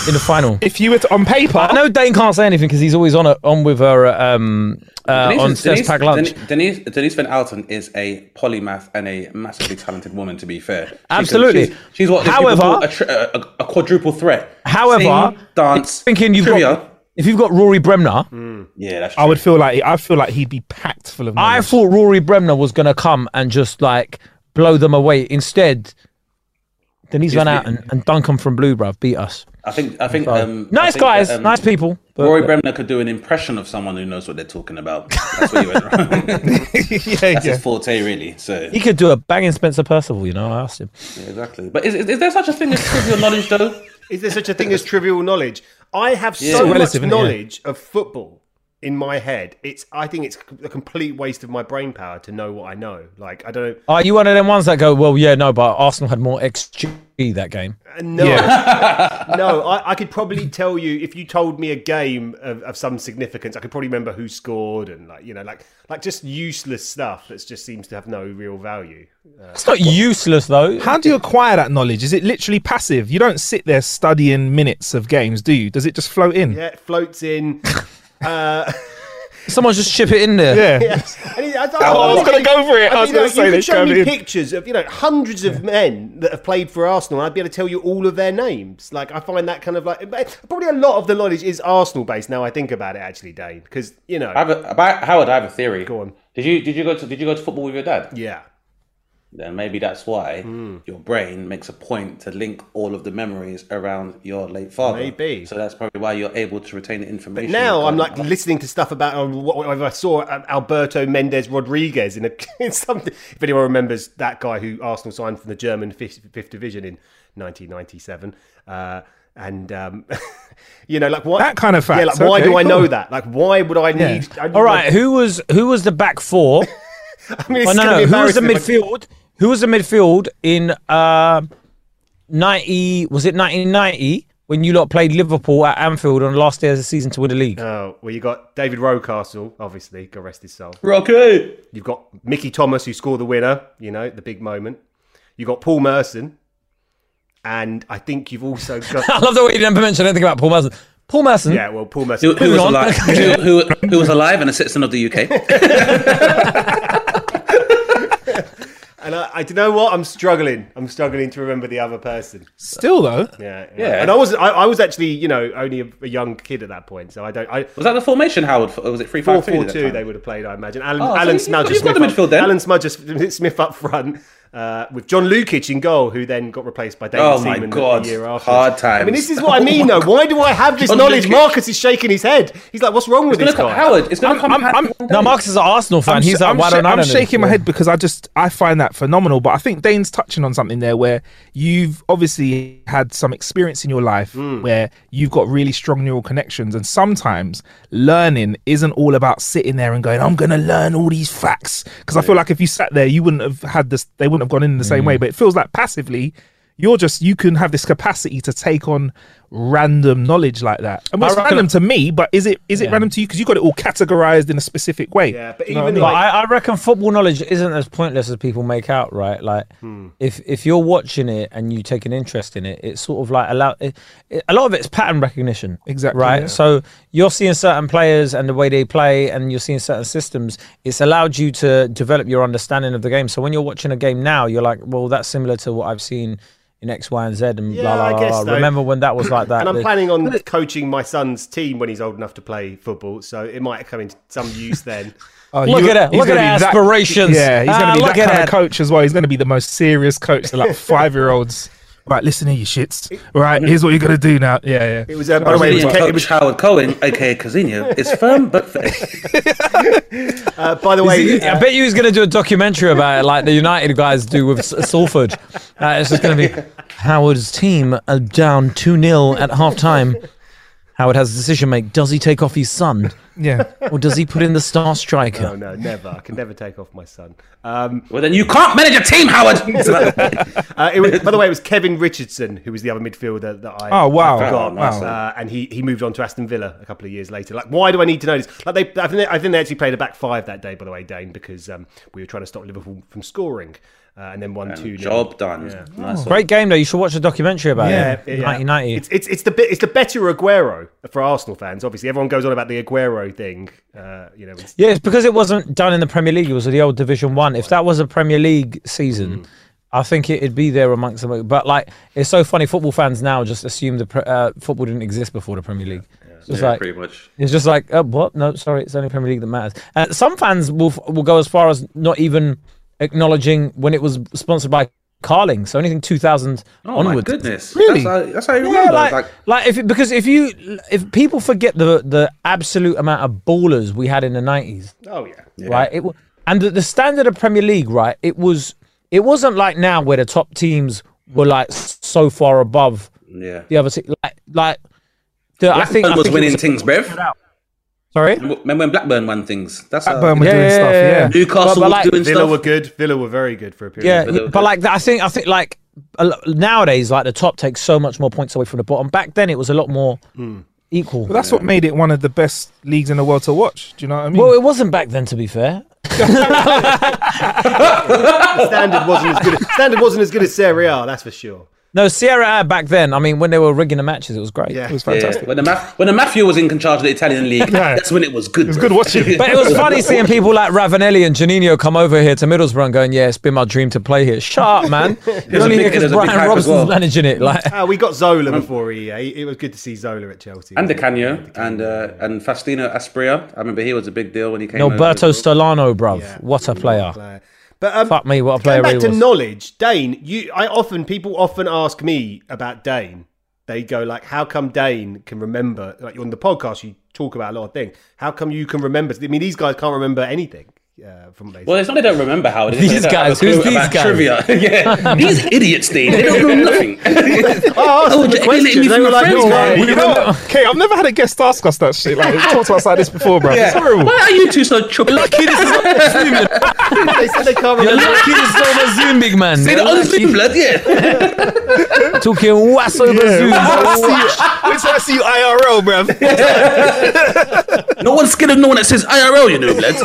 C: in the final.
B: If you were to, on paper,
C: I know Dane can't say anything because he's always on a, on with her uh, um, uh,
A: Denise-
C: on Steph's
A: Denise-
C: Pack Lunch.
A: Den- Denise, Denise Van Alten is a polymath and a massively talented woman. To be fair, She can-
C: Absolutely.
A: she's, she's what. these people
C: However-
A: call a, tri- a, a quadruple threat.
C: However,
A: Sing, dance,
C: Thinking you've
A: trivia.
C: got, if you've got Rory Bremner,
A: Mm. yeah, that's true.
B: I would feel like I feel like he'd be packed full of.
C: I
B: knowledge.
C: thought Rory Bremner was going to come and just like blow them away. Instead, Denise Van Outen and Duncan from Blue, bruv, beat us.
A: I think. I think. Um, I
C: Nice
A: think
C: guys,
A: that, um,
C: nice people. but-
A: Rory Bremner could do an impression of someone who knows what they're talking about. That's what you went
C: <laughs>
A: wrong.
B: yeah,
A: That's
B: yeah.
A: his forte, really. So
C: He could do a banging Spencer Percival, you know. I asked him.
A: exactly. But is, is, is there such a thing as trivial knowledge, though?
D: Is there such a thing as trivial knowledge? I have so
A: It's
B: relative,
D: much
B: isn't it? Yeah.
D: knowledge of football in my head. It's I think it's a complete waste of my brain power to know what I know. Like I don't
C: Are you one of them ones that go, well, yeah, no, but Arsenal had more XG that game?
D: uh, no <laughs> no. I, I could probably tell you if you told me a game of, of some significance. I could probably remember who scored and like you know like like just useless stuff that just seems to have no real value.
C: It's not useless though.
B: How do you acquire that knowledge? Is it literally passive? You don't sit there studying minutes of games, do you? Does it just float in?
D: Yeah, it floats
B: <laughs>
D: in. uh, <laughs>
C: Someone just chip it in there.
B: Yeah.
D: And he- I, I,
B: I was gonna go for it. I was gonna
D: like,
B: say
D: you could
B: this,
D: show me
B: Gavin.
D: pictures of you know hundreds of men that have played for Arsenal, and I'd be able to tell you all of their names. Like I find that kind of like but probably a lot of the knowledge is Arsenal based. Now I think about it, actually, Dane, because you know,
A: I have a, about Howard, I have a theory.
D: Go on.
A: Did you did you go to did you go to football with your dad?
D: yeah,
A: Then maybe that's why your brain makes a point to link all of the memories around your late father.
D: Maybe.
A: So that's probably why you're able to retain the information.
D: now I'm
A: regarding
D: like
A: that.
D: listening to stuff about uh, what what I saw um, Alberto Mendes Rodriguez in, a, <laughs> in something. If anyone remembers that guy who Arsenal signed from the German fifth, fifth division in 1997, uh, and um, <laughs> you know, like what
B: That kind of
D: Yeah,
B: facts.
D: like why
B: Okay,
D: do I
B: cool.
D: know that? Like why would I need? I,
C: All right, who was who was the back four?
D: <laughs> I mean, <laughs> it's
C: oh, no,
D: gonna
C: no,
D: be
C: who was the
D: embarrassing if I-
C: midfield? Who was the midfield in uh, ninety? Was it nineteen ninety when you lot played Liverpool at Anfield on the last day of the season to win the league?
D: Oh, well, you got David Rowcastle, obviously, God rest his soul.
A: Rocky.
D: You've got Mickey Thomas, who scored the winner, you know, the big moment. You've got Paul Merson. And I think you've also
C: I
D: got.
C: love the way you never mentioned anything about Paul Merson. Paul Merson.
D: yeah, well, Paul
A: Hmm? Who,
D: Merson.
A: who was
C: on.
A: alive? who, who, who was alive and a citizen of the UK?
D: And I, I do you know what? I'm struggling. I'm struggling to remember the other person.
B: Still though.
D: Yeah.
A: Yeah.
D: And I was, I, I was actually, you know, only a, a young kid at that point. So I don't. I,
A: <laughs> Was that the formation, Howard? Or was it three five two?
D: 4-4-2, they would have played, I imagine. Alan,
A: Oh, so
D: Alan
A: you-
D: Smudger
A: you've got
D: Smith.
A: the
D: up-
A: midfield then.
D: Alan Smudger Smith up front. Uh, uh, with John Lukic in goal, who then got replaced by David
A: Oh my
D: Seaman the-
A: God,
D: the year after.
A: hard times.
D: I mean, this is
A: <laughs>
D: what I mean, though. Why do I have this
A: John
D: knowledge?
A: Lukic.
D: Marcus is shaking his head. He's like, what's wrong with
A: It's
D: this
A: gonna come,
D: guy?
A: Howard, it's going to come.
B: I'm-
A: hand- <laughs>
C: Now, Marcus is an Arsenal fan. He's
B: sh-
C: like, why
B: sh-
C: don't I
B: I'm
C: know this?"
B: shaking my
C: Yeah.
B: head because I just I find that phenomenal. But I think Dane's touching on something there where you've obviously had some experience in your life where you've got really strong neural connections, and sometimes learning isn't all about sitting there and going, "I'm going to learn all these facts." Because I feel like if you sat there, you wouldn't have had this. They wouldn't have gone in the same
C: Mm.
B: way. But it feels like passively. You're just you can have this capacity to take on random knowledge like that. And well, it's
C: reckon-
B: random to me, but is it is it random to you because you got it all categorized in a specific way?
D: Yeah, but
B: You know what I
D: even
B: mean?
C: But
D: like,
C: I, I reckon football knowledge isn't as pointless as people make out, right? Like,
D: Hmm.
C: if if you're watching it and you take an interest in it, it's sort of like allow. It, it- a lot of it's pattern recognition,
B: Exactly,
C: Right.
B: yeah.
C: So you're seeing certain players and the way they play, and you're seeing certain systems. It's allowed you to develop your understanding of the game. So when you're watching a game now, you're like, well, that's similar to what I've seen in X, Y, and Z, and
D: Yeah,
C: blah blah.
D: I
C: blah,
D: guess
C: blah.
D: so.
C: Remember when that
D: <clears throat>
C: was like that?
D: and I'm
C: The-
D: planning on coaching my son's team when he's old enough to play football, so it might come into some use then.
B: Oh,
C: Look
B: you-
C: at her.
B: he's
C: Look at
B: gonna
C: her
B: be that-
C: aspirations.
B: yeah, he's
C: Ah,
B: going to be
C: look
B: that
C: at
B: kind
C: her.
B: of coach as well. He's going to be the most serious coach
C: <laughs>
B: to like five year olds. Right, listen here, you shits. Right, here's what you're going to do now. Yeah, yeah.
D: <laughs> It was, uh, by the way, it was,
A: Coach
D: Ke- it was-
A: Howard Cohen, aka Cousinho, is firm but fair. <laughs>
D: uh, by the
C: <laughs>
D: way,
C: I bet you he's going to do a documentary about it, like the United guys do with S- Salford. Uh, it's just going to be Howard's team are down 2 0 at half time. Howard has a decision make. Does he take off his son
D: <laughs>
B: Yeah.
C: or does he put in the star striker?
A: Oh,
D: No, no, never. I can never take off my
C: <laughs>
D: son. Um,
A: Well, then you can't manage a team, Howard. It's like- <laughs>
D: uh, it was, by the way, it was Kevin Richardson who was the other midfielder that I.
B: Oh, wow.
D: I forgot.
A: Oh, nice.
D: Uh, and he, he moved on to Aston Villa a couple of years later. Like, why do I need to know this? Like, they, I think they, I think they actually played a back five that day. By the way, Dane, because um, we were trying to stop Liverpool from scoring, uh, and then one two nil.
A: Job done. Nice one.
C: Great game, though. You should watch a documentary about
D: Yeah,
C: it.
D: yeah.
C: 1990.
D: It's, it's it's the bit it's the better Aguero for Arsenal fans. Obviously, everyone goes on about the Aguero thing. Uh, you know, it's,
C: Yeah, it's because it wasn't done in the Premier League. It was the old Division One. If that was a Premier League season,
A: Mm.
C: I think it'd be there amongst them. But like, it's so funny. Football fans now just assume the pre- uh, football didn't exist before the Premier League. It's just
A: Yeah,
C: like-
A: pretty much.
C: It's just like, oh, what? No, sorry, it's only Premier League that matters. Uh, some fans will f- will go as far as not even acknowledging when it was sponsored by Carling. So anything 2000
A: Oh
C: onwards.
A: my goodness!
B: Really?
A: That's how, that's how you
C: Yeah,
A: remember.
C: like,
A: It's
C: like,
A: like,
C: if because if you if people forget the the absolute amount of ballers we had in the nineties,
D: oh yeah,
C: right? It wa- and the, the standard of Premier League, right? It was it wasn't like now where the top teams were like so far above
A: yeah.
C: the other team. Like, like the, I think I
A: Blackburn was
C: think it
A: winning
C: was-
A: things, bruv.
C: Sorry,
A: Remember when Blackburn won things? That's how-
B: Blackburn were doing
C: yeah,
B: stuff,
C: yeah, yeah.
B: yeah.
A: Newcastle
C: But- but like-
A: was doing
D: Villa
A: stuff.
D: were good. Villa were very good for a period.
C: yeah,
A: But they were
C: but
A: good.
C: like I think I think like a lo- nowadays, like the top takes so much more points away from the bottom. Back then, it was a lot more
A: Hmm.
C: equal.
B: Well, that's what made it one of the best leagues in the world to watch. Do you know what I mean?
C: well, it wasn't back then, to be fair.
D: standard wasn't as good. Standard wasn't as good as Serie A, that's for sure.
C: No, Sierra A back then. I mean, when they were rigging the matches, it was great.
D: Yeah.
B: it was
A: Yeah,
B: fantastic.
A: When the Ma- when the Mafia was in charge of the Italian
C: <laughs>
A: league,
B: Yeah.
A: that's when it was good. It was
B: good watching.
C: But
A: <laughs>
C: it was funny seeing people like Ravanelli and Janino come over here to Middlesbrough and going, "Yeah, it's been my dream to play here." Shut up,
A: <laughs>
C: man! You're
A: a
C: only
A: big-
C: here because
A: there's a big
C: Brian
A: hype as
C: Robson's
A: well.
C: managing it.
A: <laughs>
C: Like,
D: Uh, we got Zola before he, uh, he- It was good to see Zola at Chelsea.
A: And De Canio and uh, and Faustino Aspria. I remember he was a big deal when he came.
C: Alberto
A: over.
C: Stolano, bruv,
D: Yeah.
C: what a player!
D: Player. But um,
C: Fuck me, what a
D: going
C: player he
D: back to
C: was.
D: knowledge, Dane. You, I often people often ask me about Dane. They go like, "How come Dane can remember?" Like on the podcast, you talk about a lot of things. How come you can remember? I mean, these guys can't remember anything uh, from what they.
A: Well, it's not they don't remember how.
C: These guys, who's these guys?
A: Trivia. <laughs>
C: <laughs>
A: yeah, these idiots. They, they don't know nothing.
D: I asked
A: Oh,
D: them the
A: they- they
D: question.
A: let me
D: They were
A: through my
D: like,
A: friends,
D: "No,
A: man."
D: you
B: You
C: <laughs>
B: know what? Okay, I've never had a guest ask us that shit. Like, we've talked to us like this before, bro. It's horrible.
C: <laughs>
A: Why are you two so chubby? Lucky this <laughs> is
D: they said they can't
C: You're
D: remember.
C: lucky to still on Zoom, big man.
A: They
C: You're
A: don't
C: lucky.
A: understand blood. Yeah.
C: Talking was over Zoom. <laughs>
B: We're trying to see you IRL, bro.
A: No one's scared of no one that says IRL. You know, blood.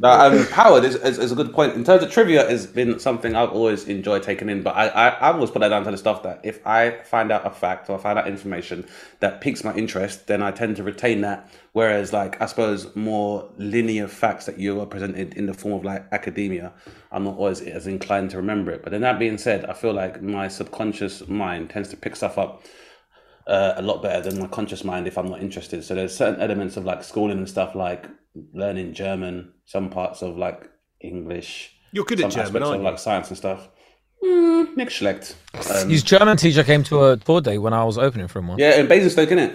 A: No, um, Howard is, is, is a good point. In terms of trivia, has been something I've always enjoyed taking in. But I, I I always put that down to the stuff that if I find out a fact or I find out information that piques my interest, then I tend to retain that. Whereas, like I suppose more linear facts that you are presented in the form of like academia, I'm not always as inclined to remember it. But then that being said, I feel like my subconscious mind tends to pick stuff up uh, a lot better than my conscious mind if I'm not interested. So there's certain elements of like schooling and stuff like learning German, some parts of like English.
D: You're good at
A: some
D: German,
A: aspects of
D: aren't you?
A: like science and stuff. Mm, nicht schlecht. Um,
C: His German teacher came to a tour day when I was opening for him once.
A: yeah, in Basingstoke, innit?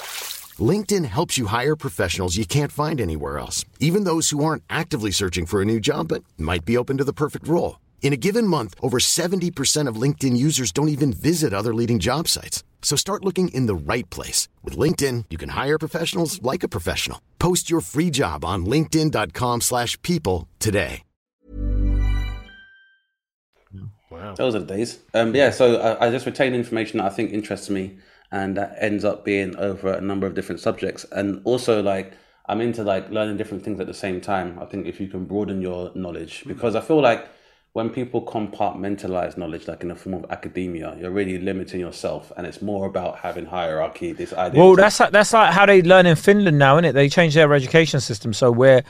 F: LinkedIn helps you hire professionals you can't find anywhere else, even those who aren't actively searching for a new job but might be open to the perfect role. In a given month, over 70% of LinkedIn users don't even visit other leading job sites. So start looking in the right place. With LinkedIn, you can hire professionals like a professional. Post your free job on linkedin.com/people slash people today.
D: Wow.
A: Those are the days. Um, but yeah, so I, I just retain information that I think interests me, and that ends up being over a number of different subjects. And also, like, I'm into like learning different things at the same time. I think if you can broaden your
C: Mm.
A: knowledge, because I feel like when people compartmentalize knowledge, like in the form of academia, you're really limiting yourself, and it's more about having hierarchy. This idea.
C: Well,
A: of-
C: that's like, that's like how they learn in Finland now, isn't it? They change their education system so where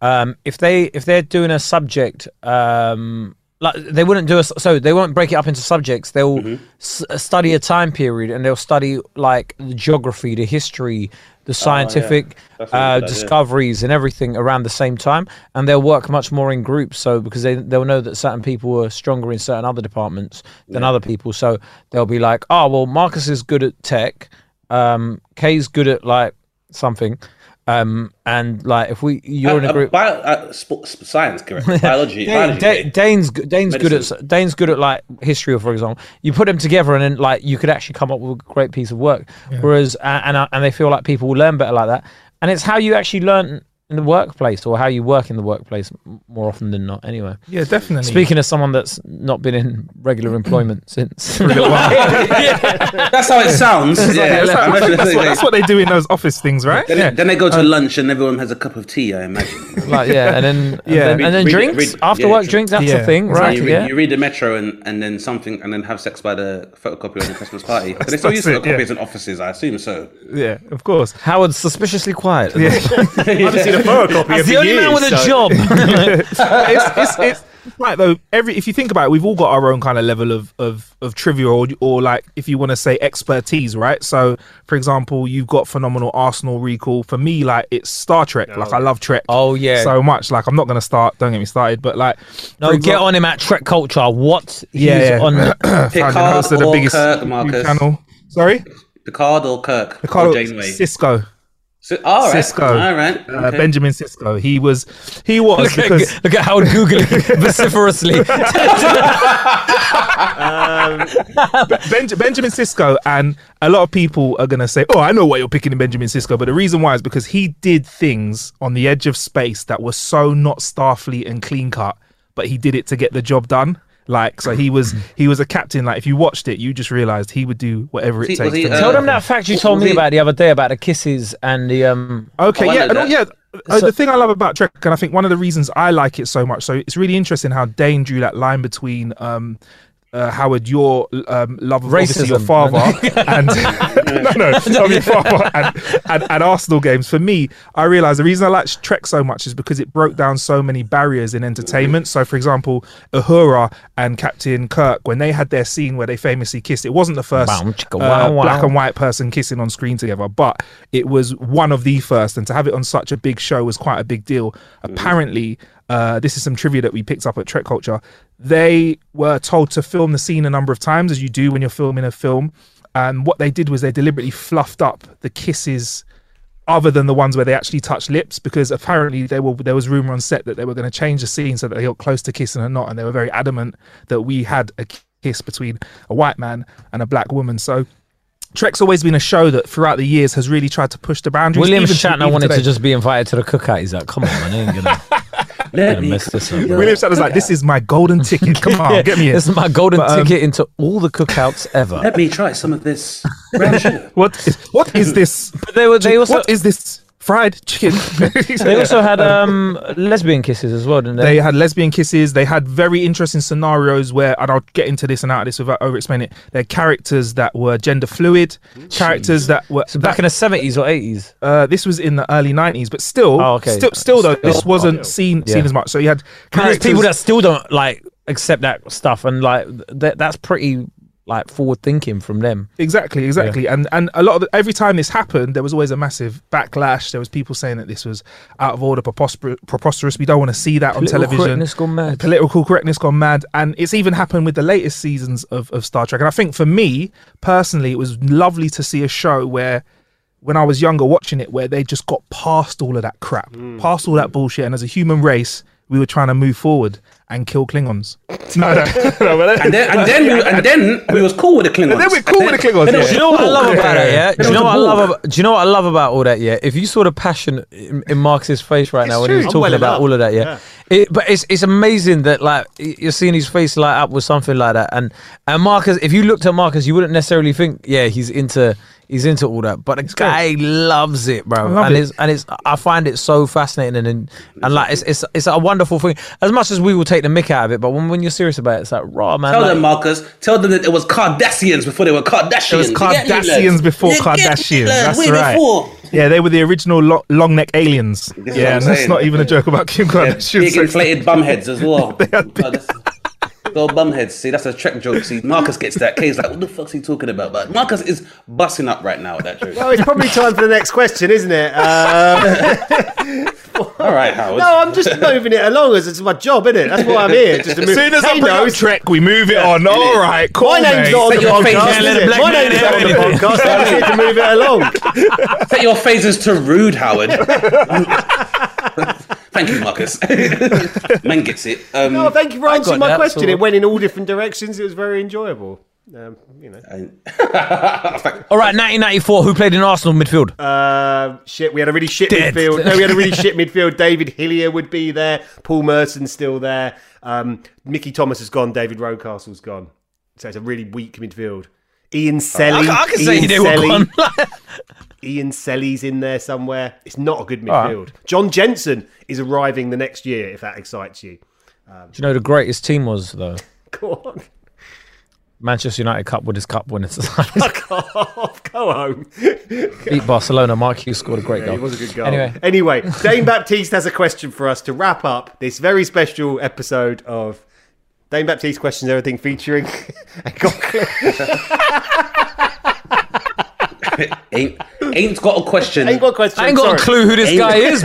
C: um, if they if they're doing a subject, um, like they wouldn't do a s so they won't break it up into subjects. They'll s- uh, study a time period and they'll study like the geography, the history, the scientific
A: That's a good
C: uh,
A: idea.
C: discoveries, and everything around the same time. And they'll work much more in groups, so because they they'll know that certain people are stronger in certain other departments than other people. So they'll be like, oh well, Marcus is good at tech um Kay's good at like something um and like if we you're in
A: Uh,
C: a group
A: bio, uh, sp- sp- science,
C: <laughs>
A: correct? Biology.
C: Dane,
A: biology
C: Da- Dane's g- Dane's good at
A: Medicine.
C: s- Dane's good at like history for example you put them together and then like you could actually come up with a great piece of work whereas uh, and uh, and they feel like people will learn better like that and it's how you actually learn in the workplace or how you work in the workplace m- more often than not anyway
B: Yeah, definitely.
C: Speaking as someone that's not been in regular
B: <coughs>
C: employment since, <laughs>
A: That's how it sounds. yeah,
B: that's, how- that's what, that's what they do in those office things, right?
A: Then, then they
B: Uh,
A: go to lunch and everyone has a cup of tea,
B: <laughs>
A: I imagine.
C: like yeah, and then
B: Yeah.
C: and then, and then
A: Read- read-
C: drinks
A: read-
C: after
A: yeah,
C: work,
A: true.
C: drinks that's
B: Yeah,
C: a thing, right?
A: you, read,
C: yeah,
A: you read the Metro and, and then something and then have sex by the photocopy on the Christmas party. But they still
B: That's
A: use photocopies
B: it, yeah.
A: in offices, I assume so.
B: Yeah, of course.
C: Howard's suspiciously quiet.
B: I haven't seen a photocopy
C: As the only man with a job.
A: <laughs>
C: <laughs>
B: But it's, it's, it's right though. Every if you think about it, we've all got our own kind of level of of of trivia or, or like if you want to say expertise, right? So, for example, you've got phenomenal Arsenal recall. For me, like it's Star Trek. like I love Trek.
C: Oh, yeah.
B: so much. Like I'm not gonna start. Don't get me started. But like,
C: no,
B: for
C: get
B: example-
C: on him at Trek Culture. What?
B: Yeah, <laughs> <clears throat>
C: He's <laughs>
B: yeah.
C: on.
B: Founding
C: <clears throat>
A: Picard
B: host of
A: or Kirk, Marcus?
B: channel. Sorry,
A: Picard or Kirk
B: Ricardo
A: or Janeway.
B: Cisco.
A: Si- all right,
B: Cisco.
A: all right.
B: Uh,
A: okay.
B: Benjamin Cisco. He was. He was
C: <laughs> Look at,
B: because Uh,
C: look at Howard
B: <laughs>
C: googling vociferously.
B: Ben- Benjamin Cisco and a lot of people are going to say, "Oh, I know why you're picking Benjamin Cisco," but the reason why is because he did things on the edge of space that were so not Starfleet and clean cut, but he did it to get the job done. Like so, he was he was a captain. Like if you watched it, you just realized he would do whatever it
C: See,
B: takes.
C: was he,
B: to-
C: uh, Tell them that fact you was told me he- about the other day about the kisses and the um.
B: Okay, yeah, and, oh, yeah. uh,
C: So-
B: the thing I love about Trek, and I think one of the reasons I like it so much, so it's really interesting how Dane drew that line between um, uh, Howard, your um, love of obviously your
C: Racism.
B: father,
C: <laughs>
B: and <laughs> no, no, of your father, and, and, and Arsenal games. For me, I realized the reason I like Trek so much is because it broke down so many barriers in entertainment. So, for example, Uhura and Captain Kirk, when they had their scene where they famously kissed, it wasn't the first
C: Wow, chicka,
B: uh,
C: wow, wow.
B: black and white person kissing on screen together, but it was one of the first, and to have it on such a big show was quite a big deal. Apparently, uh, this is some trivia that we picked up at Trek Culture. They were told to film the scene a number of times, as you do when you're filming a film. And what they did was they deliberately fluffed up the kisses other than the ones where they actually touched lips, because apparently they were there was rumor on set that they were going to change the scene so that they got close to kissing or not, and they were very adamant that we had a kiss between a white man and a black woman. So Trek's always been a show that throughout the years has really tried to push the boundaries.
C: William
B: even to-
C: Shatner
B: even
C: wanted to
B: today.
C: just be invited to the cookout. He's like, come on, man, I
B: <laughs>
C: ain't gonna, gonna mess this up.
B: William Shatner's like, this is my golden ticket. Come
C: <laughs>
B: on, get me in.
C: This is my golden
B: But, um,
C: ticket into all the cookouts ever.
A: Let me try some
B: <laughs>
A: of this.
B: What is, what
C: <laughs>
B: is this?
C: But they were. They
B: Chi-
C: also.
B: what is this fried chicken?
C: <laughs> they
B: <laughs>
C: also had um lesbian kisses as well, didn't they?
B: They had lesbian kisses. They had very interesting scenarios where, and I'll get into this and out of this without over explaining it. They're characters that were gender fluid, characters that were
C: so back in the seventies or eighties.
B: Uh, this was in the early nineties, but still,
C: Oh, okay.
B: still, still though, this
C: Still.
B: wasn't seen
C: Yeah.
B: seen as much. So you had
C: There's
B: characters.
C: people that still don't like accept that stuff, and like th- that's pretty like forward thinking from them.
B: Exactly, exactly, and and a lot of the, every time this happened, there was always a massive backlash. There was people saying that this was out of order, preposterous. preposterous. We don't want to see that
C: Political
B: on television.
C: correctness gone mad.
B: Political correctness gone mad, and it's even happened with the latest seasons of of Star Trek. And I think for me personally, it was lovely to see a show where. When I was younger, watching it, where they just got past all of that crap, past all that bullshit, and as a human race, we were trying to move forward and kill Klingons. <laughs> No, no, no, but-
A: And then, and then, we, and then we was cool with the Klingons.
B: And <laughs> then we're cool with the Klingons,
A: Then
B: yeah.
A: it was
C: Do you know what I
A: cool.
C: love about that?
B: Yeah.
C: Yeah. Do you
A: It
C: know
A: was
C: what I
A: a
C: love? About, do you know what I love about all that? Yeah. If you saw the passion in, in Marcus's face right now when he
B: true.
C: was
B: I'm
C: talking
D: welling
C: about
D: up.
C: all of that, yeah. It, but it's it's amazing that like y- you're seeing his face light up with something like that, and and Marcus, if you looked at Marcus, you wouldn't necessarily think, yeah, he's into he's into all that, but the guy loves it, bro,
B: love
C: and
B: it.
C: it's and it's I find it so fascinating and and, and like it's, it's it's a wonderful thing. As much as we will take the mick out of it, but when when you're serious about it, it's like raw man.
A: Tell
C: like-
A: them, Marcus. Tell them that it was Kardashians before they were Kardashians.
B: It was
A: You get me, lads?
B: Kardashians before
A: You get me,
B: Kardashians. That's
A: lads? Way
B: right.
A: before.
B: Yeah, they were the original lo- long neck aliens.
A: is what
B: yeah,
A: I'm
B: and that's
A: saying.
B: not even a joke about Kim Kardashian.
A: Big
B: so-
A: inflated bum heads as well. Oh, this- Go bum heads. See, that's a Trek joke. See, Marcus gets that case. Like, what the fuck's he talking about? But Marcus is busting up right now with that joke.
D: Oh, it's probably time for the next question, isn't it? Uh,
A: All right, Howard.
D: no, I'm just moving it along. It's it's my job, isn't it? That's why I'm here. Just to move.
B: As <laughs> soon as I
D: Kane
B: bring up
D: knows.
B: Trek, we move it on. All right, cool.
D: my name's
B: mate.
D: not on the
A: Set your face
D: podcast.
A: down,
D: is
C: let a
D: it?
C: black
D: My
C: man
D: name's not on the
C: have it.
D: podcast. I'm here to move it along.
A: Set your phases to
D: <laughs>
A: rude, Howard. Thank you, Marcus. <laughs> Man gets it. Um,
D: No, Oh, thank you for answering my
C: that,
D: question.
C: so-
D: It went in all different directions. It was very enjoyable. Um, you
C: Uh,
D: know,
C: All right, 1994. Who played in Arsenal midfield?
D: uh, shit. We had a really shit
C: Dead.
D: midfield. No, we had a really
C: <laughs>
D: shit midfield. David Hillier would be there. Paul Merson's still there. Um, Mickey Thomas has gone. David Rocastle's gone. So it's a really weak midfield. Ian Selly.
C: I, I can
D: Ian
C: say they were <laughs>
D: Selly.
C: gone.
D: Ian Selly's in there somewhere. It's not a good midfield. John Jensen is arriving the next year. If that excites you, <laughs>
C: Do you know who the greatest team was though?
D: go on.
C: Manchester United Cup with his cup <laughs> winners.
D: Fuck off. Go home.
C: Beat Barcelona. Mark Hughes scored a great goal.
D: It was a good goal.
C: Anyway,
D: anyway Dane Baptiste has a question for us to wrap up this very special episode of Dane Baptiste questions everything featuring. <laughs>
A: ain't, ain't got a question.
D: ain't got a question.
C: I ain't got a
D: sorry.
C: clue who this
A: Ain't-
C: guy is,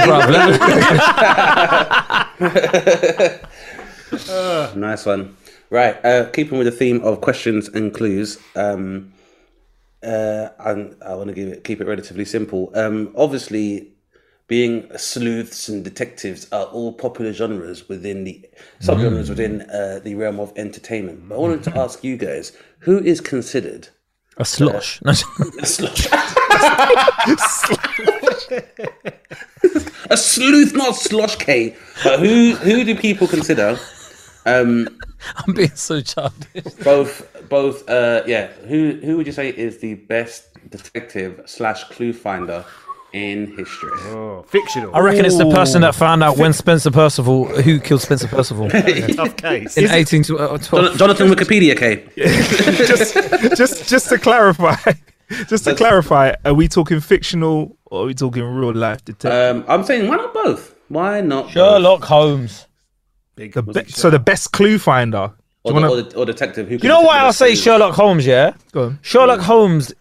D: <laughs>
C: <laughs> bro.
A: Nice one. Right. Uh, keeping with the theme of questions and clues, um, uh, I'm, I want to give it keep it relatively simple. Um, obviously, being sleuths and detectives are all popular genres within the subgenres within uh, the realm of entertainment. But I wanted to ask you guys, who is considered
C: a slosh. <laughs> No,
A: a slush? <laughs> a sleuth, not slosh K. But who who do people consider um,
C: I'm being so childish.
A: both both uh yeah who who would you say is the best detective slash clue finder in history
D: oh, fictional
C: I reckon it's the person that found out when Spencer Percival, who killed Spencer
D: <laughs>
C: Percival.
D: tough case.
C: In 1812.
A: Jonathan Wikipedia K.
B: just, just, just to clarify, <laughs> just to clarify, are we talking fictional or are we talking real life detective?
A: um i'm saying why not both why not
C: Sherlock Holmes.
B: The be- so the best clue finder. Do you
A: both? Or, the-
B: wanna-
A: or, the- or detective who
C: You know why I'll say Sherlock Holmes, yeah?
B: Go on.
C: Sherlock Holmes,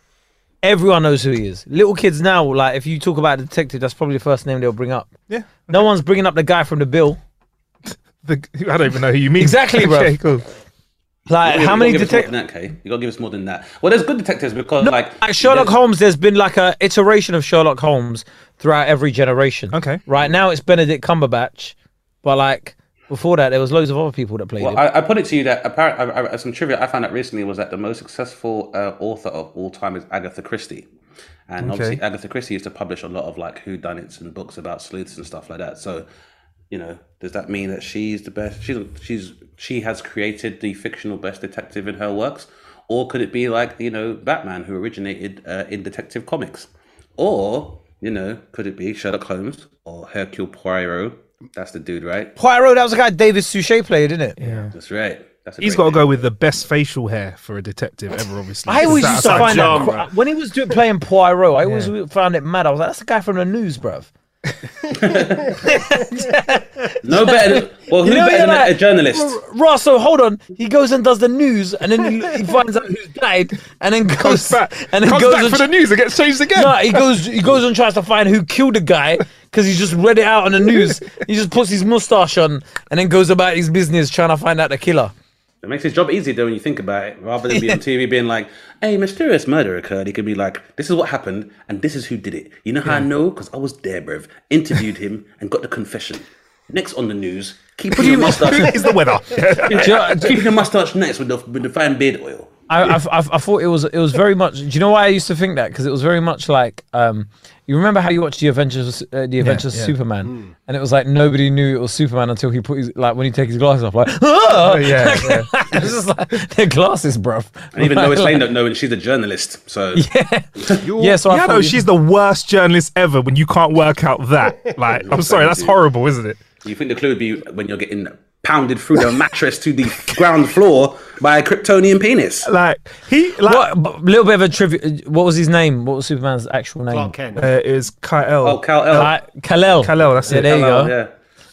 C: everyone knows who he is. Little kids now, like, if you talk about a detective, that's probably the first name they'll bring up.
B: Yeah.
C: No one's bringing up the guy from the bill.
B: The, <laughs> I don't even know who you mean. <laughs>
C: Exactly, bro.
B: Okay, cool.
C: Like, how many detectives?
A: detectives that K. you gotta give us more than that well there's good detectives because like
C: Like Sherlock Holmes, there's been like a iteration of Sherlock Holmes throughout every generation.
B: Okay.
C: Right now it's Benedict Cumberbatch, but like before that there was loads of other people that played
A: Well,
C: him.
A: I, I put it to you that apparent, I, I, some trivia I found out recently was that the most successful uh, author of all time is Agatha Christie, and
B: Okay.
A: obviously Agatha Christie used to publish a lot of like whodunits and books about sleuths and stuff like that. So, you know, does that mean that she's the best? She's she's she has created the fictional best detective in her works, or could it be like you know Batman who originated uh, in detective comics, or you know could it be Sherlock Holmes or Hercule Poirot? That's the dude, right?
C: Poirot, that was the guy David Suchet played, didn't it? Yeah.
A: That's right. That's a
B: He's got
A: great
B: to
A: name.
B: go with the best facial hair for a detective ever. Obviously,
C: I always
B: Is that
C: used
B: a
C: to
B: fact?
C: find that
D: genre.
C: when he was doing, playing Poirot, I always found it mad. I was like, that's the guy from the news, bruv.
A: No
C: <laughs>
A: better. Well, who
C: You know,
A: better
C: you're
A: than a- a
C: like,
A: journalist?
C: "R- Ross, so hold on. He goes and does the news, and then he, he finds out who's died, and then goes
B: Comes back,
C: and then
B: comes
C: goes
B: back
C: and
B: for the news. It gets <laughs> changed again.
C: No, he goes. He goes and tries to find who killed the guy because he just read it out on the news. He just puts his mustache on and then goes about his business trying to find out the killer.
A: It makes his job easier though when you think about it. Rather than be
C: <laughs>
A: on TV being like, "Hey, mysterious murder occurred," he could be like, "This is what happened, and this is who did it." You know how I know? Because I was there, bruv. Interviewed him and got the confession. Next on the news, keeping your
C: <laughs>
A: mustache.
B: is the <laughs> weather.
A: keeping your mustache next with the with the fine beard oil.
C: I, I, I, I thought it was it was very much. Do you know why I used to think that? Because it was very much like um, you remember how you watched the Adventures uh, the Adventures of
B: yeah.
C: Superman, and it was like nobody knew it was Superman until he put his like when he take his glasses off, like ah,
B: Oh, yeah, <laughs> yeah.
C: <laughs> it's just like their glasses, bruv.
A: And even Lois Lane don't know, and she's a journalist. So
C: <laughs> yeah, so I
B: yeah,
C: thought
B: no,
C: you-
B: she's the worst journalist ever. When you can't work out <laughs> that, like, I'm sorry, that's horrible, isn't it?
A: you think the clue would be when you're getting pounded through the mattress to the ground floor by a Kryptonian penis?
B: Like he, like,
C: What a little bit of a trivia? What was his name? What was Superman's actual name?
D: Clark Kent.
B: Uh, it was Kyle.
A: Oh, Cal L.
C: Uh, Kal-El.
B: Kal-El, that's
C: yeah,
B: it.
C: There you
A: Hello,
C: go.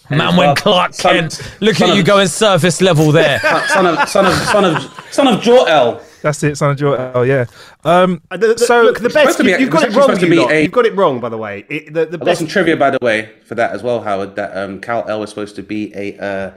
A: yeah.
C: Man
A: Son-
C: went Clark
A: son-
C: Kent. Look
A: son
C: at you
A: of-
C: going surface level there.
A: son of son of son of son of Jor-El.
B: That's it, son of Joel. Oh yeah. Um,
D: Uh, the- the-
B: so
D: look, the best
A: supposed to be
D: you,
A: a-
D: have
A: it's
D: got it
A: actually
D: wrong.
A: supposed to
D: You
A: be
D: lot.
A: a-
D: You've got it wrong, by the way. It, the the
A: I got
D: best
A: some trivia, by the way, for that as well, Howard. That um, Cal L was supposed to be a uh,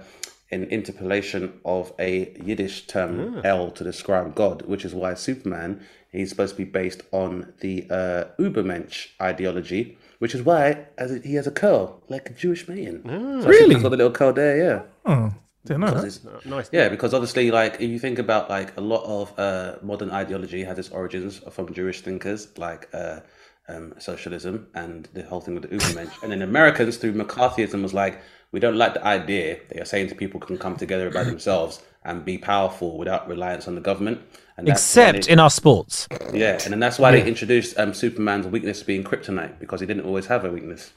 A: an interpolation of a Yiddish term L to describe God, which is why Superman he's supposed to be based on the uh, Ubermensch ideology, which is why as a, he has a curl like a Jewish man. So really, got the little curl there, yeah.
B: oh, didn't know that.
A: <laughs> Because it's- Yeah, because obviously, like if you think about like a lot of uh, modern ideology has its origins from Jewish thinkers, like uh, um, socialism and the whole thing with the Ubermensch, and then Americans through McCarthyism was like, we don't like the idea that you're saying to people can come together by themselves and be powerful without reliance on the government. And that's why
C: Except in our sports.
A: they, yeah, and then that's why they introduced um, Superman's weakness being kryptonite because he didn't always have a weakness.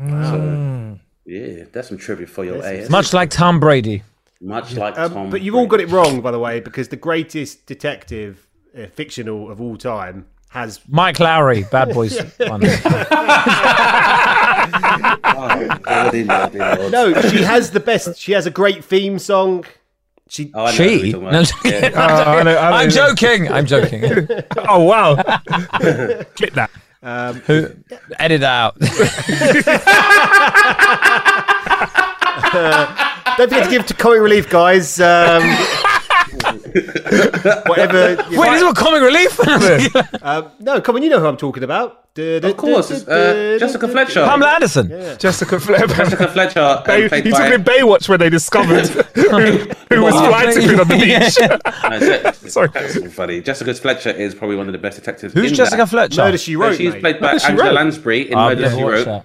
D: Mm.
A: So, yeah, that's some trivia for your ass.
C: Much like Tom Brady.
A: Much like Tom.
D: Um, but you've all got
A: Brady.
D: it wrong, by the way, because the greatest detective, uh, fictional of all time, has
C: Mike Lowry, Bad Boys. one.
A: no,
D: no. She has the best. She has a great theme song. She
A: oh, <laughs> I know who
C: She.
A: you're
C: No,
A: talking about.
C: I'm joking.
B: Uh, I know- I know-
C: I'm joking. I'm joking.
B: Oh <laughs> wow! Clip that.
C: Edit that out.
D: don't forget to give to comic relief, guys. Um, whatever.
C: Wait, this is what comic <laughs> relief.
D: um, no, come on. You know who I'm talking about.
A: <laughs> Of course, it's, uh, Jessica Fletcher.
C: Pamela Anderson.
B: Jessica Flair.
A: <laughs> Jessica Fletcher, um,
B: Bay,
A: played
B: you talking
A: by-
B: in Baywatch when they discovered <laughs>
A: <laughs>
B: who, who was
C: Oh,
B: flying to
C: yeah. <laughs>
B: on the beach.
A: No, Je- <laughs>
B: Sorry.
A: that's funny. Jessica Fletcher is probably one of the best detectives.
C: Who's
A: in
C: Jessica
A: that.
C: Fletcher?
A: <laughs>
D: Murder she
A: No,
D: wrote.
A: she's
D: mate.
A: played by
B: Murder, She
A: Angela
B: Wrote.
A: Lansbury in
C: I've
A: Murder
C: never
A: She
C: watched
A: Wrote.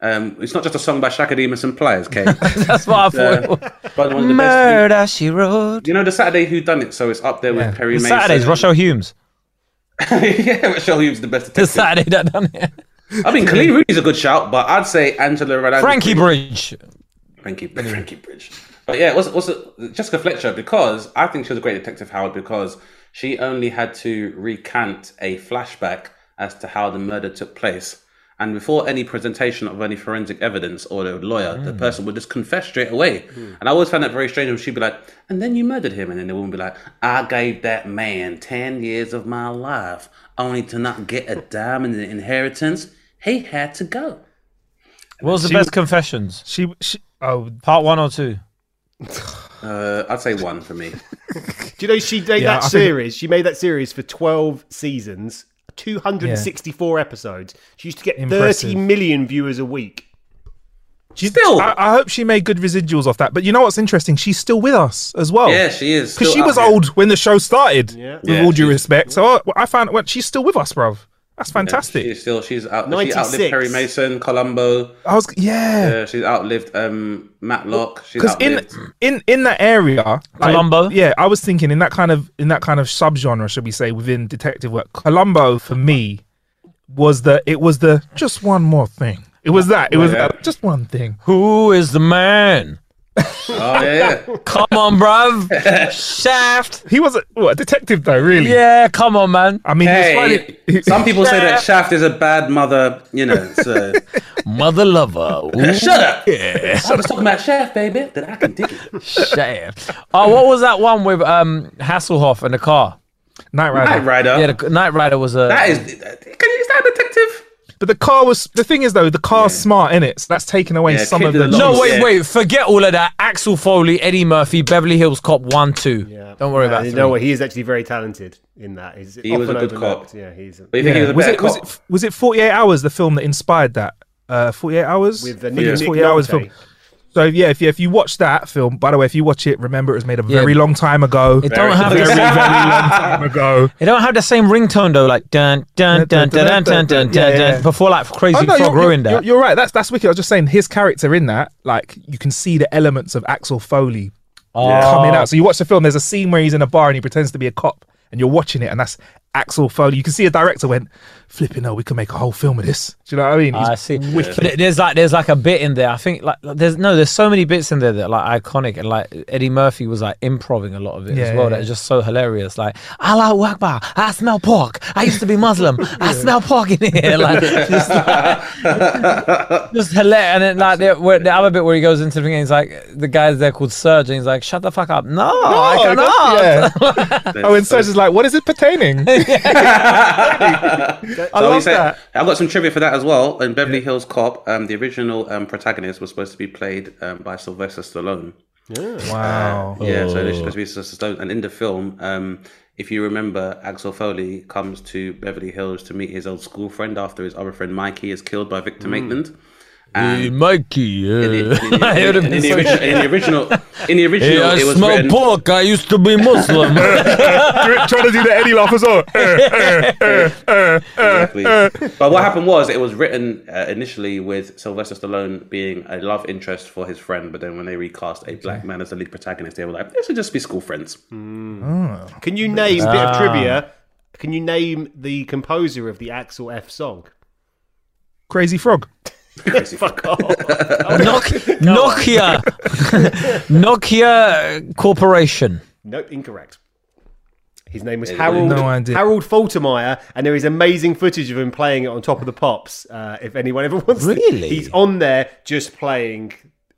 C: that.
A: Um, it's not just a song by Shaka Demus and Pliers,
C: <laughs>
A: Kate. That's
C: what I
A: thought. one of the best.
E: Murder, she wrote.
A: You know, the Saturday Who Done It, so it's up there with Perry
C: The
A: Mason. <laughs>
C: Saturdays, Rochelle Humes.
A: yeah, Rochelle Humes the best
C: The
A: detective.
C: Saturday that done it.
A: I mean, Khalid Rudy's a good shout, but I'd say Angela Renan.
C: Frankie Bridge.
A: Frankie, Frankie Bridge. <laughs> But yeah, also, also Jessica Fletcher because I think she was a great detective, Howard, because she only had to recant a flashback as to how the murder took place. And before any presentation of any forensic evidence or a lawyer, the
G: Mm.
A: person would just confess straight away.
G: Mm.
A: And I always found that very strange when she'd be like, and then you murdered him. And then the woman would be like, I gave that man 10 years of my life only to not get a dime in the inheritance. He had to go.
C: What was the
A: She-
C: best confessions?
B: She, she oh
C: part one or two.
A: Uh, I'd say one for me.
D: Do you know she made
A: Yeah,
D: that
A: I think-
D: series? She made that series for twelve seasons, two hundred and sixty-four episodes. She used to get
B: Impressive.
D: thirty million viewers a week.
B: still, I, I hope she made good residuals off that. But you know what's interesting? She's still with us as well.
A: Yeah, she is
B: Oh. Because
A: still
B: she
A: up
B: was
A: here.
B: old when the show started.
A: Yeah.
B: With
A: Yeah,
B: all due respect, so I, I found well, she's still with us, bruv. That's fantastic. Oh.
A: She's still she's out. She
B: 96.
A: outlived Perry Mason, Columbo.
B: I was yeah.
A: Uh, she's outlived um, Matlock. She's
B: because in
A: outlived.
B: in in that area, like,
A: Columbo?
B: yeah, I was thinking in that kind of in that kind of subgenre, should we say, within detective work, Columbo for me was the it was the just one more thing. It was that. It was
C: Yeah.
B: uh, just one thing.
C: Who is the man?
A: oh yeah,
B: <laughs>
A: yeah.
C: Come on, bruv. Shaft.
B: He was a, what, a detective though, really.
C: Yeah, come on, man.
B: I mean,
A: Hey, some people say that Shaft is a bad mother. You know,
B: <laughs>
A: so
C: mother lover.
A: Shut up.
C: Yeah.
A: I was talking about Shaft, baby. Then I can dig
B: <laughs>
A: it.
C: Shaft. Oh, what was that one with um Hasselhoff and the car?
B: Night Rider.
A: Knight Rider.
C: Yeah, the, Night Rider was a.
A: That is
B: But the car was the thing is though the car's smart in it, so that's taken away
C: Yeah,
B: some
C: Kid
B: of
C: did
B: the.
C: a lot No, wait, wait. Forget all of that. Axel Foley, Eddie Murphy, Beverly Hills Cop 1 2. Yeah. Don't worry about
D: Uh, you
C: it.
D: know what? He is actually very talented in that. He's
A: He was
D: often
A: a good
D: overlooked.
A: cop.
D: Yeah, he's.
A: But you think he was a
B: was
A: better
B: it, was
A: cop?
B: it was it 48 hours the film that inspired that? Uh, 48 hours
D: With the
B: I think it was
D: Nick-
B: 48
D: Nick
B: hours
D: Nolte.
B: film. So yeah, if you, if you watch that film, by the way, if you watch it, remember it was made a
C: Yeah.
B: very long time ago.
C: It don't have
B: very,
C: the
B: very
C: same- <laughs>
B: long time ago.
C: It don't have the same ringtone though, like dun dun dun dun dun dun dun dun.
B: Yeah, yeah.
C: dun, Before like crazy
B: Oh, no,
C: frog
B: you're,
C: ruined
B: you're,
C: that.
B: you're right. That's that's wicked. I was just saying his character in that, like you can see the elements of Axel Foley
C: Oh.
B: coming out. So you watch the film. There's a scene where he's in a bar and he pretends to be a cop, and you're watching it, and that's Axel Foley. You can see a director went flipping. Oh, we can make a whole film of this. Do you know what I mean?
C: I
B: He's
C: see.
B: wicked.
C: But there's like there's like a bit in there. I think like like, there's no there's so many bits in there that are, like iconic and like Eddie Murphy was like improving a lot of it
B: Yeah,
C: as well.
B: yeah,
C: That
B: yeah.
C: is just so hilarious. Like Allah Akbar, I smell pork. I used to be Muslim. I smell pork in here. Like just, like, just hilarious. And then like the, where, the other bit where he goes into the thing, and he's like the guy's there called Serge, and he's like shut the fuck up. No, I
B: No,
C: cannot. <laughs>
B: that's- <laughs> yeah. oh, and Serge is like, what is it pertaining? <laughs>
A: I
B: love
A: that. I've got some trivia for that as well. In Beverly Hills Cop, um, the original um, protagonist was supposed to be played um, by Sylvester Stallone.
B: Wow.
A: Uh, yeah, so it's
B: Oh.
A: supposed to be Sylvester Stallone. And in the film, um, if you remember, Axel Foley comes to Beverly Hills to meet his old school friend after his other friend Mikey is killed by Victor Maitland.
C: Hey, Mikey, yeah. <laughs> It would've
A: in,
C: been
A: the
C: so
A: origi- in the original, in the original,
C: Hey, I
A: it was
C: smell
A: written.
C: pork. I used to be Muslim.
B: Trying to do the Eddie laugh as
C: <laughs>
B: well.
A: Exactly. but what happened was it was written uh, initially with Sylvester Stallone being a love interest for his friend, but then when they recast a black man as the lead protagonist, they were like, "This should just be school friends."
D: Can you name bit
A: Ah.
D: of trivia? Can you name the composer of the Axel F song? <laughs>
B: Crazy Frog.
D: Fuck off.
C: Nok- Nokia. <laughs> Nokia Corporation.
D: Nope, incorrect. His name was
C: Yeah,
D: Harold
C: no idea.
D: Harold Faltermeyer, and there is amazing footage of him playing it on top of the pops. Uh, if anyone ever wants,
C: Really?
D: to, he's on there just playing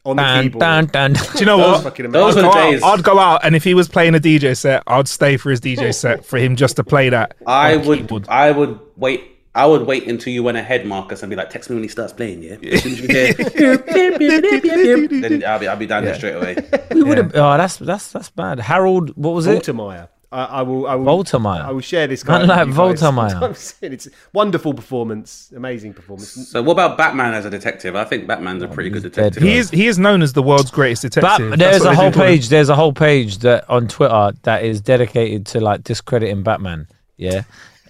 D: on the
C: Dun,
D: keyboard.
C: dun, dun.
B: Do you know
D: That
B: what?
D: was fucking amazing. Those were
B: I'd, go
D: the
B: out-
D: days.
B: I'd go out, and if he was playing a DJ set, I'd stay for his
C: <laughs>
B: DJ set for him just to play that.
A: I would, I would wait. I would wait until you went ahead, Marcus, and be like, "Text me when he starts playing." Yeah, As soon as you hear,
B: <laughs>
A: then I'll be, I'll be down there straight away.
C: We would have. <laughs> Oh, that's that's that's bad. Harold, what was it?
D: Voltermeyer. I, I will. I will.
C: Voltermeyer.
D: I will share this guy.
C: Man like
D: with you guys <laughs>
C: Voltermeyer.
D: sometimes. it's a wonderful performance. Amazing performance.
A: So, what about Batman as a detective? I think Batman's
B: Oh,
A: a pretty good detective.
B: He is he is known as the world's greatest detective. That's
C: Bat- there's
B: what
C: a
B: they
C: whole
B: do call him.
C: page. There's a whole page that on Twitter that is dedicated to like discrediting Batman. Yeah,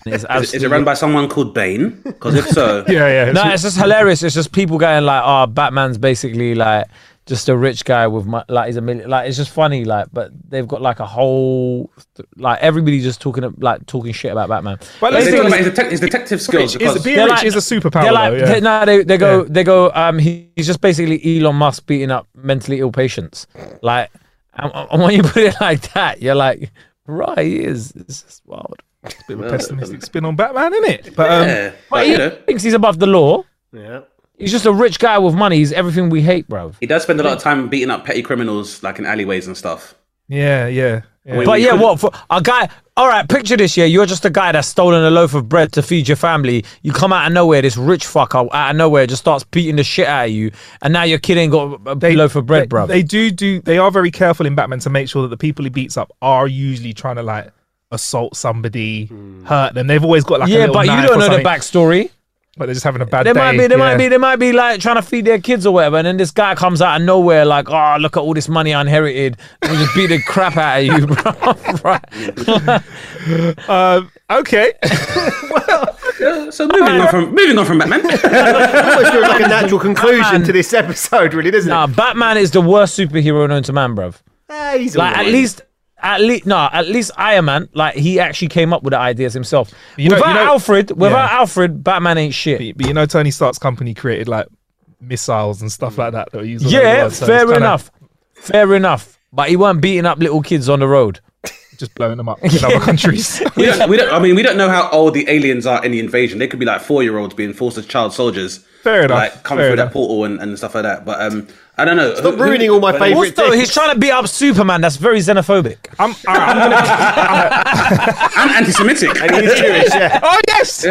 C: It's
A: Is, is it run by someone called Bane? Because if
B: <laughs>
A: so,
C: No, it's just hilarious. It's just people going like, "Oh, Batman's basically like just a rich guy with my, like he's a million. Like it's just funny. Like, but they've got like a whole like everybody just talking like talking shit about Batman.
A: But
C: They
A: let's
C: think
A: talk about
C: it's-
A: his, detec- his detective skills.
B: Rich
A: because-
B: is, being rich is a superpower.
C: They're like,
B: though, yeah.
C: they, no, they, they go, they go. Um, he, he's just basically Elon Musk beating up mentally ill patients. Like, and, and when you <laughs> put it like that, you're like, right, he is. It's just wild. It's a
B: bit of a pessimistic spin on Batman, isn't it? But, um,
C: yeah,
B: but,
C: but he
B: you know.
C: thinks he's above the law.
D: Yeah.
C: He's just a rich guy with money. He's everything we hate, bro.
A: He does spend a lot of time beating up petty criminals, like in alleyways and stuff.
B: yeah, yeah.
A: We-
C: But
A: we
C: yeah,
A: couldn't-
C: what for a guy? All right, picture this. Yeah, you're just a guy that's stolen a loaf of bread to feed your family. You come out of nowhere, this rich fucker out of nowhere just starts beating the shit out of you, and now your kid ain't got a loaf of bread, bro.
B: They do do. They are very careful in Batman to make sure that the people he beats up are usually trying to like assault somebody, hurt them. They've always got like a
C: yeah,
B: little
C: but you
B: knife
C: don't
B: or
C: know the
B: something,
C: backstory.
B: But they're just having a bad
C: They
B: day.
C: might be, they
B: yeah.
C: might be, they might be like trying to feed their kids or whatever, and then this guy comes out of nowhere like, oh, look at all this money I inherited, and just beat the crap out of you, bro.
B: <laughs>
C: right? <laughs>
B: um, okay.
A: Yeah, Uh, so moving on from moving on from
B: <laughs>
A: Batman.
D: Almost feels like a
C: <laughs>
D: natural conclusion to this episode, really, doesn't
C: Nah, Batman is the worst superhero known to man, bruv.
D: it? Eh, he's
C: like
D: alright.
C: at least at least no at least iron man like he actually came up with the ideas himself
B: You know-
C: without
B: you know-
C: alfred without
B: Yeah.
C: alfred batman ain't shit
B: But you know, Tony Stark's company created like missiles and stuff like that that were used. all over the
C: yeah
B: world, so it's
C: fair
B: kinda
C: enough fair enough but he weren't beating up little kids on the road
B: Just blowing them up in
C: <laughs>
B: other countries.
A: we, don't, we don't. I mean, we don't know how old the aliens are in the invasion. They could be like four-year-olds being forced as child soldiers.
B: Fair enough,
A: Like come
B: fair
A: through
B: enough.
A: that portal and, and stuff like that. But um, I don't know.
D: Stop ruining all my
A: but-
D: favourite
C: also he's trying to beat up superman that's very xenophobic
B: I'm, I'm gonna,
D: <laughs>
A: and anti-Semitic.
D: And he's Jewish,
A: <laughs>
D: yeah.
B: <laughs> oh yes.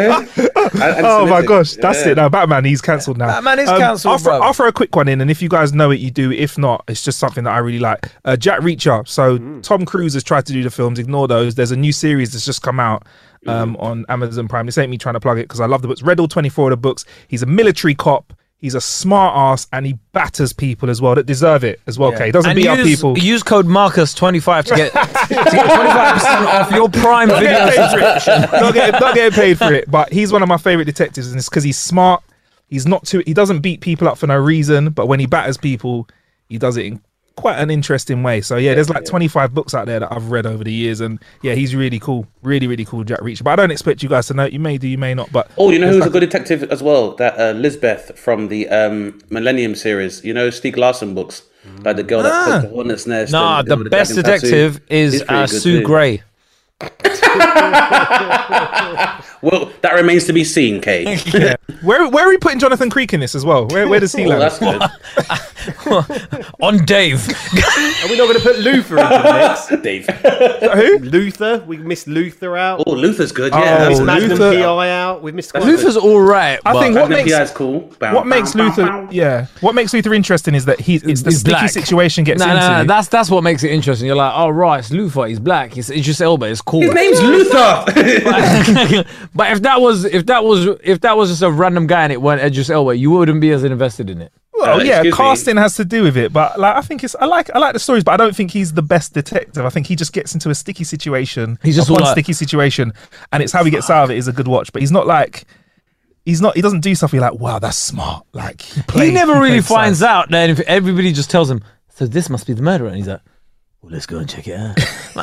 B: oh my gosh, that's it. Now Batman, he's cancelled now. Um,
C: Batman is cancelled,
B: I'll, throw-
C: bruv.
B: I'll throw a quick one in, and if you guys know it, you do. If not, it's just something that I really like. Uh, Jack Reacher. So Tom Cruise has tried to do the films. Ignore those. There's a new series that's just come out. Um, on Amazon Prime. This ain't me trying to plug it because I love the books. Read all 24 of the books. He's a military cop. He's a smart ass and he batters people as well that deserve it as well. Okay, he doesn't
C: and
B: beat up
C: use,
B: people.
C: use code marcus
B: <laughs>
C: 25 to get, to get 25% off your prime
B: not
C: video
B: getting paid for
C: subscription
B: it. Not getting- not getting paid for it. But he's one of my favorite detectives, and it's because he's smart. He's not too. He doesn't beat people up for no reason, but when he batters people, he does it in quite an interesting way. So yeah, there's like 25 books out there that I've read over the years, and yeah, he's really cool, really really cool, Jack Reacher. But I don't expect you guys to know. You may do, you may not. But
A: Oh, you know
B: there's
A: who's a
B: like-
A: good detective as well? That uh, Lisbeth from the um, Millennium series. You know, Stieg Larsson books, like the girl that
B: Ah.
A: put the hornet's nest.
C: nah
A: and-
C: the
A: with
C: best
A: dragon tattoo.
C: detective is
A: He's pretty
C: uh,
A: good
C: sue
A: too.
C: gray
A: Well, that remains to be
B: <laughs>
A: seen, Kate.
B: Yeah. Where where are we putting Jonathan Creek in this as well? Where where does
C: <laughs> Oh,
B: he
A: well,
B: land?
A: that's good.
B: <laughs>
C: on dave
D: Are we not going to put Luther into the mix?
A: Dave.
B: Who?
D: Luther? We missed Luther out.
A: Oh, Luther's good. Yeah,
B: Oh,
A: that's
D: Miss Magnum
B: Luther.
D: PI out. We've missed quite a
C: luther's all right
B: I
C: but-
B: think what
A: Magnum
B: makes
A: PI is cool. Bow,
B: what makes
A: bow, bow,
B: Luther
A: bow.
B: yeah what makes Luther interesting is that he's it's the
C: He's
B: sticky
C: black.
B: situation gets
C: no,
B: into.
C: No, no, that's that's what makes it interesting. You're like, oh right, it's Luther. He's black. It's Idris Elba. It's cool.
A: His name's Luther.
C: <laughs> but if that was if that was if that was just a random guy and it weren't Idris Elba, you wouldn't be as invested in it.
B: Well,
A: Uh,
B: yeah,
A: excuse me.
B: casting has to do with it, but like I think it's I like I like the stories, but I don't think he's the best detective. I think he just gets into a sticky situation,
C: He's just
B: upon
C: all like-
B: sticky situation, and it's how he gets out of it is a good watch. But he's not like he's not he doesn't do something like wow that's smart like he, played,
C: he never really finds
B: out.
C: out. Then if everybody just tells him, so this must be the murderer, and he's like, well, let's go and check it out. <laughs>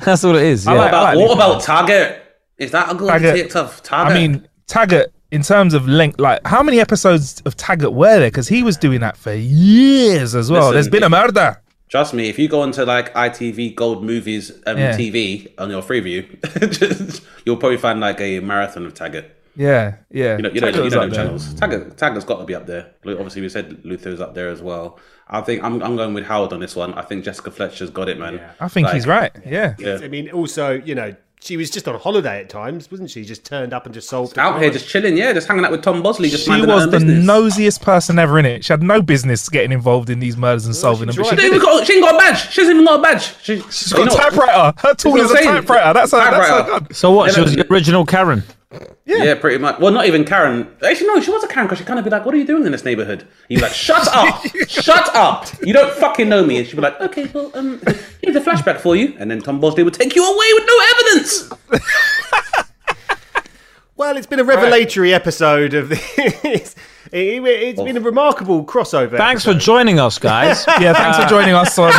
C: that's all it is. Yeah.
A: What
B: I
A: about,
B: like
A: what about Target? Is that a good
B: Target.
A: detective? Target.
B: I mean Taggart in terms of length, like how many episodes of Taggart were there? Because he was doing that for years as well.
A: Listen,
B: There's been a murder.
A: Trust me, if you go onto like ITV Gold Movies um,
B: Yeah.
A: TV on your Freeview, <laughs> just- you'll probably find like a marathon of Taggart.
B: Yeah, yeah.
A: You know, you know,
B: Taggart
A: you
B: was
A: know
B: up
A: them
B: there.
A: channels. Taggart, Taggart's got to be up there. Like, obviously, we said Luther's up there as well. I think I'm, I'm going with Howard on this one. I think Jessica Fletcher's got it, man.
B: I think he's
A: Like,
B: right. Yeah.
A: Yeah.
D: I mean, also, you know, she was just on holiday at times, wasn't she? Just turned up and just solved. the
A: Out here
D: crime.
A: just chilling, yeah, just hanging out with Tom Bosley. Just
B: She
A: minding her
B: was
A: own
B: the
A: business.
B: nosiest person ever in it. She had no business getting involved in these murders and solving them.
D: she's
B: But
D: right.
B: she
A: She
B: did
A: ain't,
B: it.
A: got, she ain't got a badge. She hasn't even got a badge. She,
B: She's got a typewriter. Her tool
A: That's
B: is a
A: what I'm saying.
B: typewriter. That's her. That's her
A: Typewriter.
B: gun.
C: So what?
A: Yeah,
C: she was
A: that-
C: the original Karen.
A: Yeah. pretty much. Well, not even Karen. Actually, no, she was a Karen because she kind of be like, "What are you doing in this neighborhood?" You're like, "Shut up, shut up! You don't fucking know me." And she'd be like, "Okay, well, um, here's a flashback for you." And then Tom Bosley would take you away with no evidence.
D: Well, it's been a revelatory episode of <laughs> this. it, has been a remarkable crossover.
C: Oh. Thanks for joining us, <laughs> guys.
B: yeah, thanks for joining us
A: <laughs>
B: on.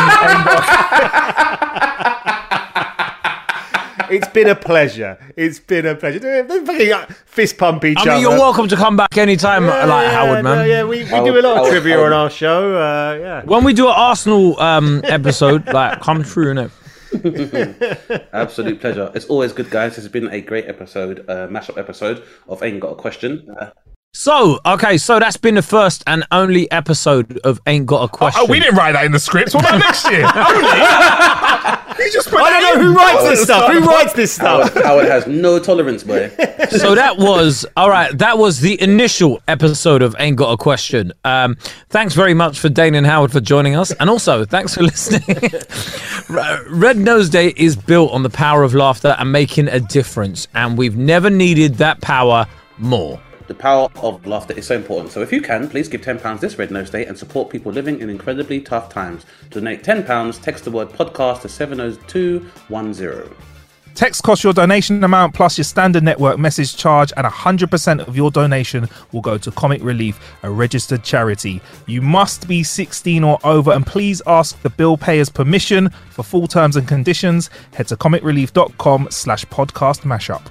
D: It's been a pleasure. It's been a pleasure. They fucking uh, fist pump each
C: I
D: other.
C: mean, you're welcome to come back anytime,
D: Yeah,
C: like
D: yeah,
C: Howard, man.
D: no, yeah, we, we do a lot of trivia on our show. Uh, yeah.
C: When we do an Arsenal um, <laughs> episode, like come through, innit?
A: Absolute pleasure. It's always good, guys. This has been a great episode, uh, mashup episode of Ain't Got a Question. Uh,
C: So, okay, so that's been the first and only episode of Ain't Got a Question.
B: Oh, we didn't write that in the scripts. What about next
A: <laughs>
B: year? Only. You just put
D: I
B: that
D: don't know
B: in.
D: who writes this stuff.
B: Start
D: Who
B: the
D: writes this stuff?
A: Howard, Howard has no tolerance, boy.
C: so that was all right. That was the initial episode of Ain't Got a Question. Um, thanks very much for Dane and Howard for joining us, and also thanks for <laughs> listening. R- Red Nose Day is built on the power of laughter and making a difference, and we've never needed that power more.
A: The power of laughter is so important. So if you can, please give £10 this Red Nose Day and support people living in incredibly tough times. To donate £10, text the word podcast to 70210.
B: Text costs your donation amount plus your standard network message charge, and 100% of your donation will go to Comic Relief, a registered charity. You must be 16 or over, and please ask the bill payer's permission for full terms and conditions. Head to comicrelief.com slash podcast mashup.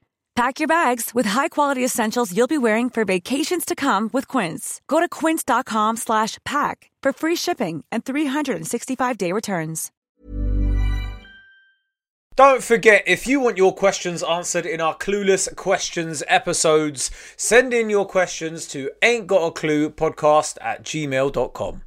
H: Pack your bags with high-quality essentials you'll be wearing for vacations to come with Quince. Go to quince.com slash pack for free shipping and 365-day returns.
C: Don't forget, if you want your questions answered in our Clueless Questions episodes, send in your questions to ain't got a clue podcast at gmail.com.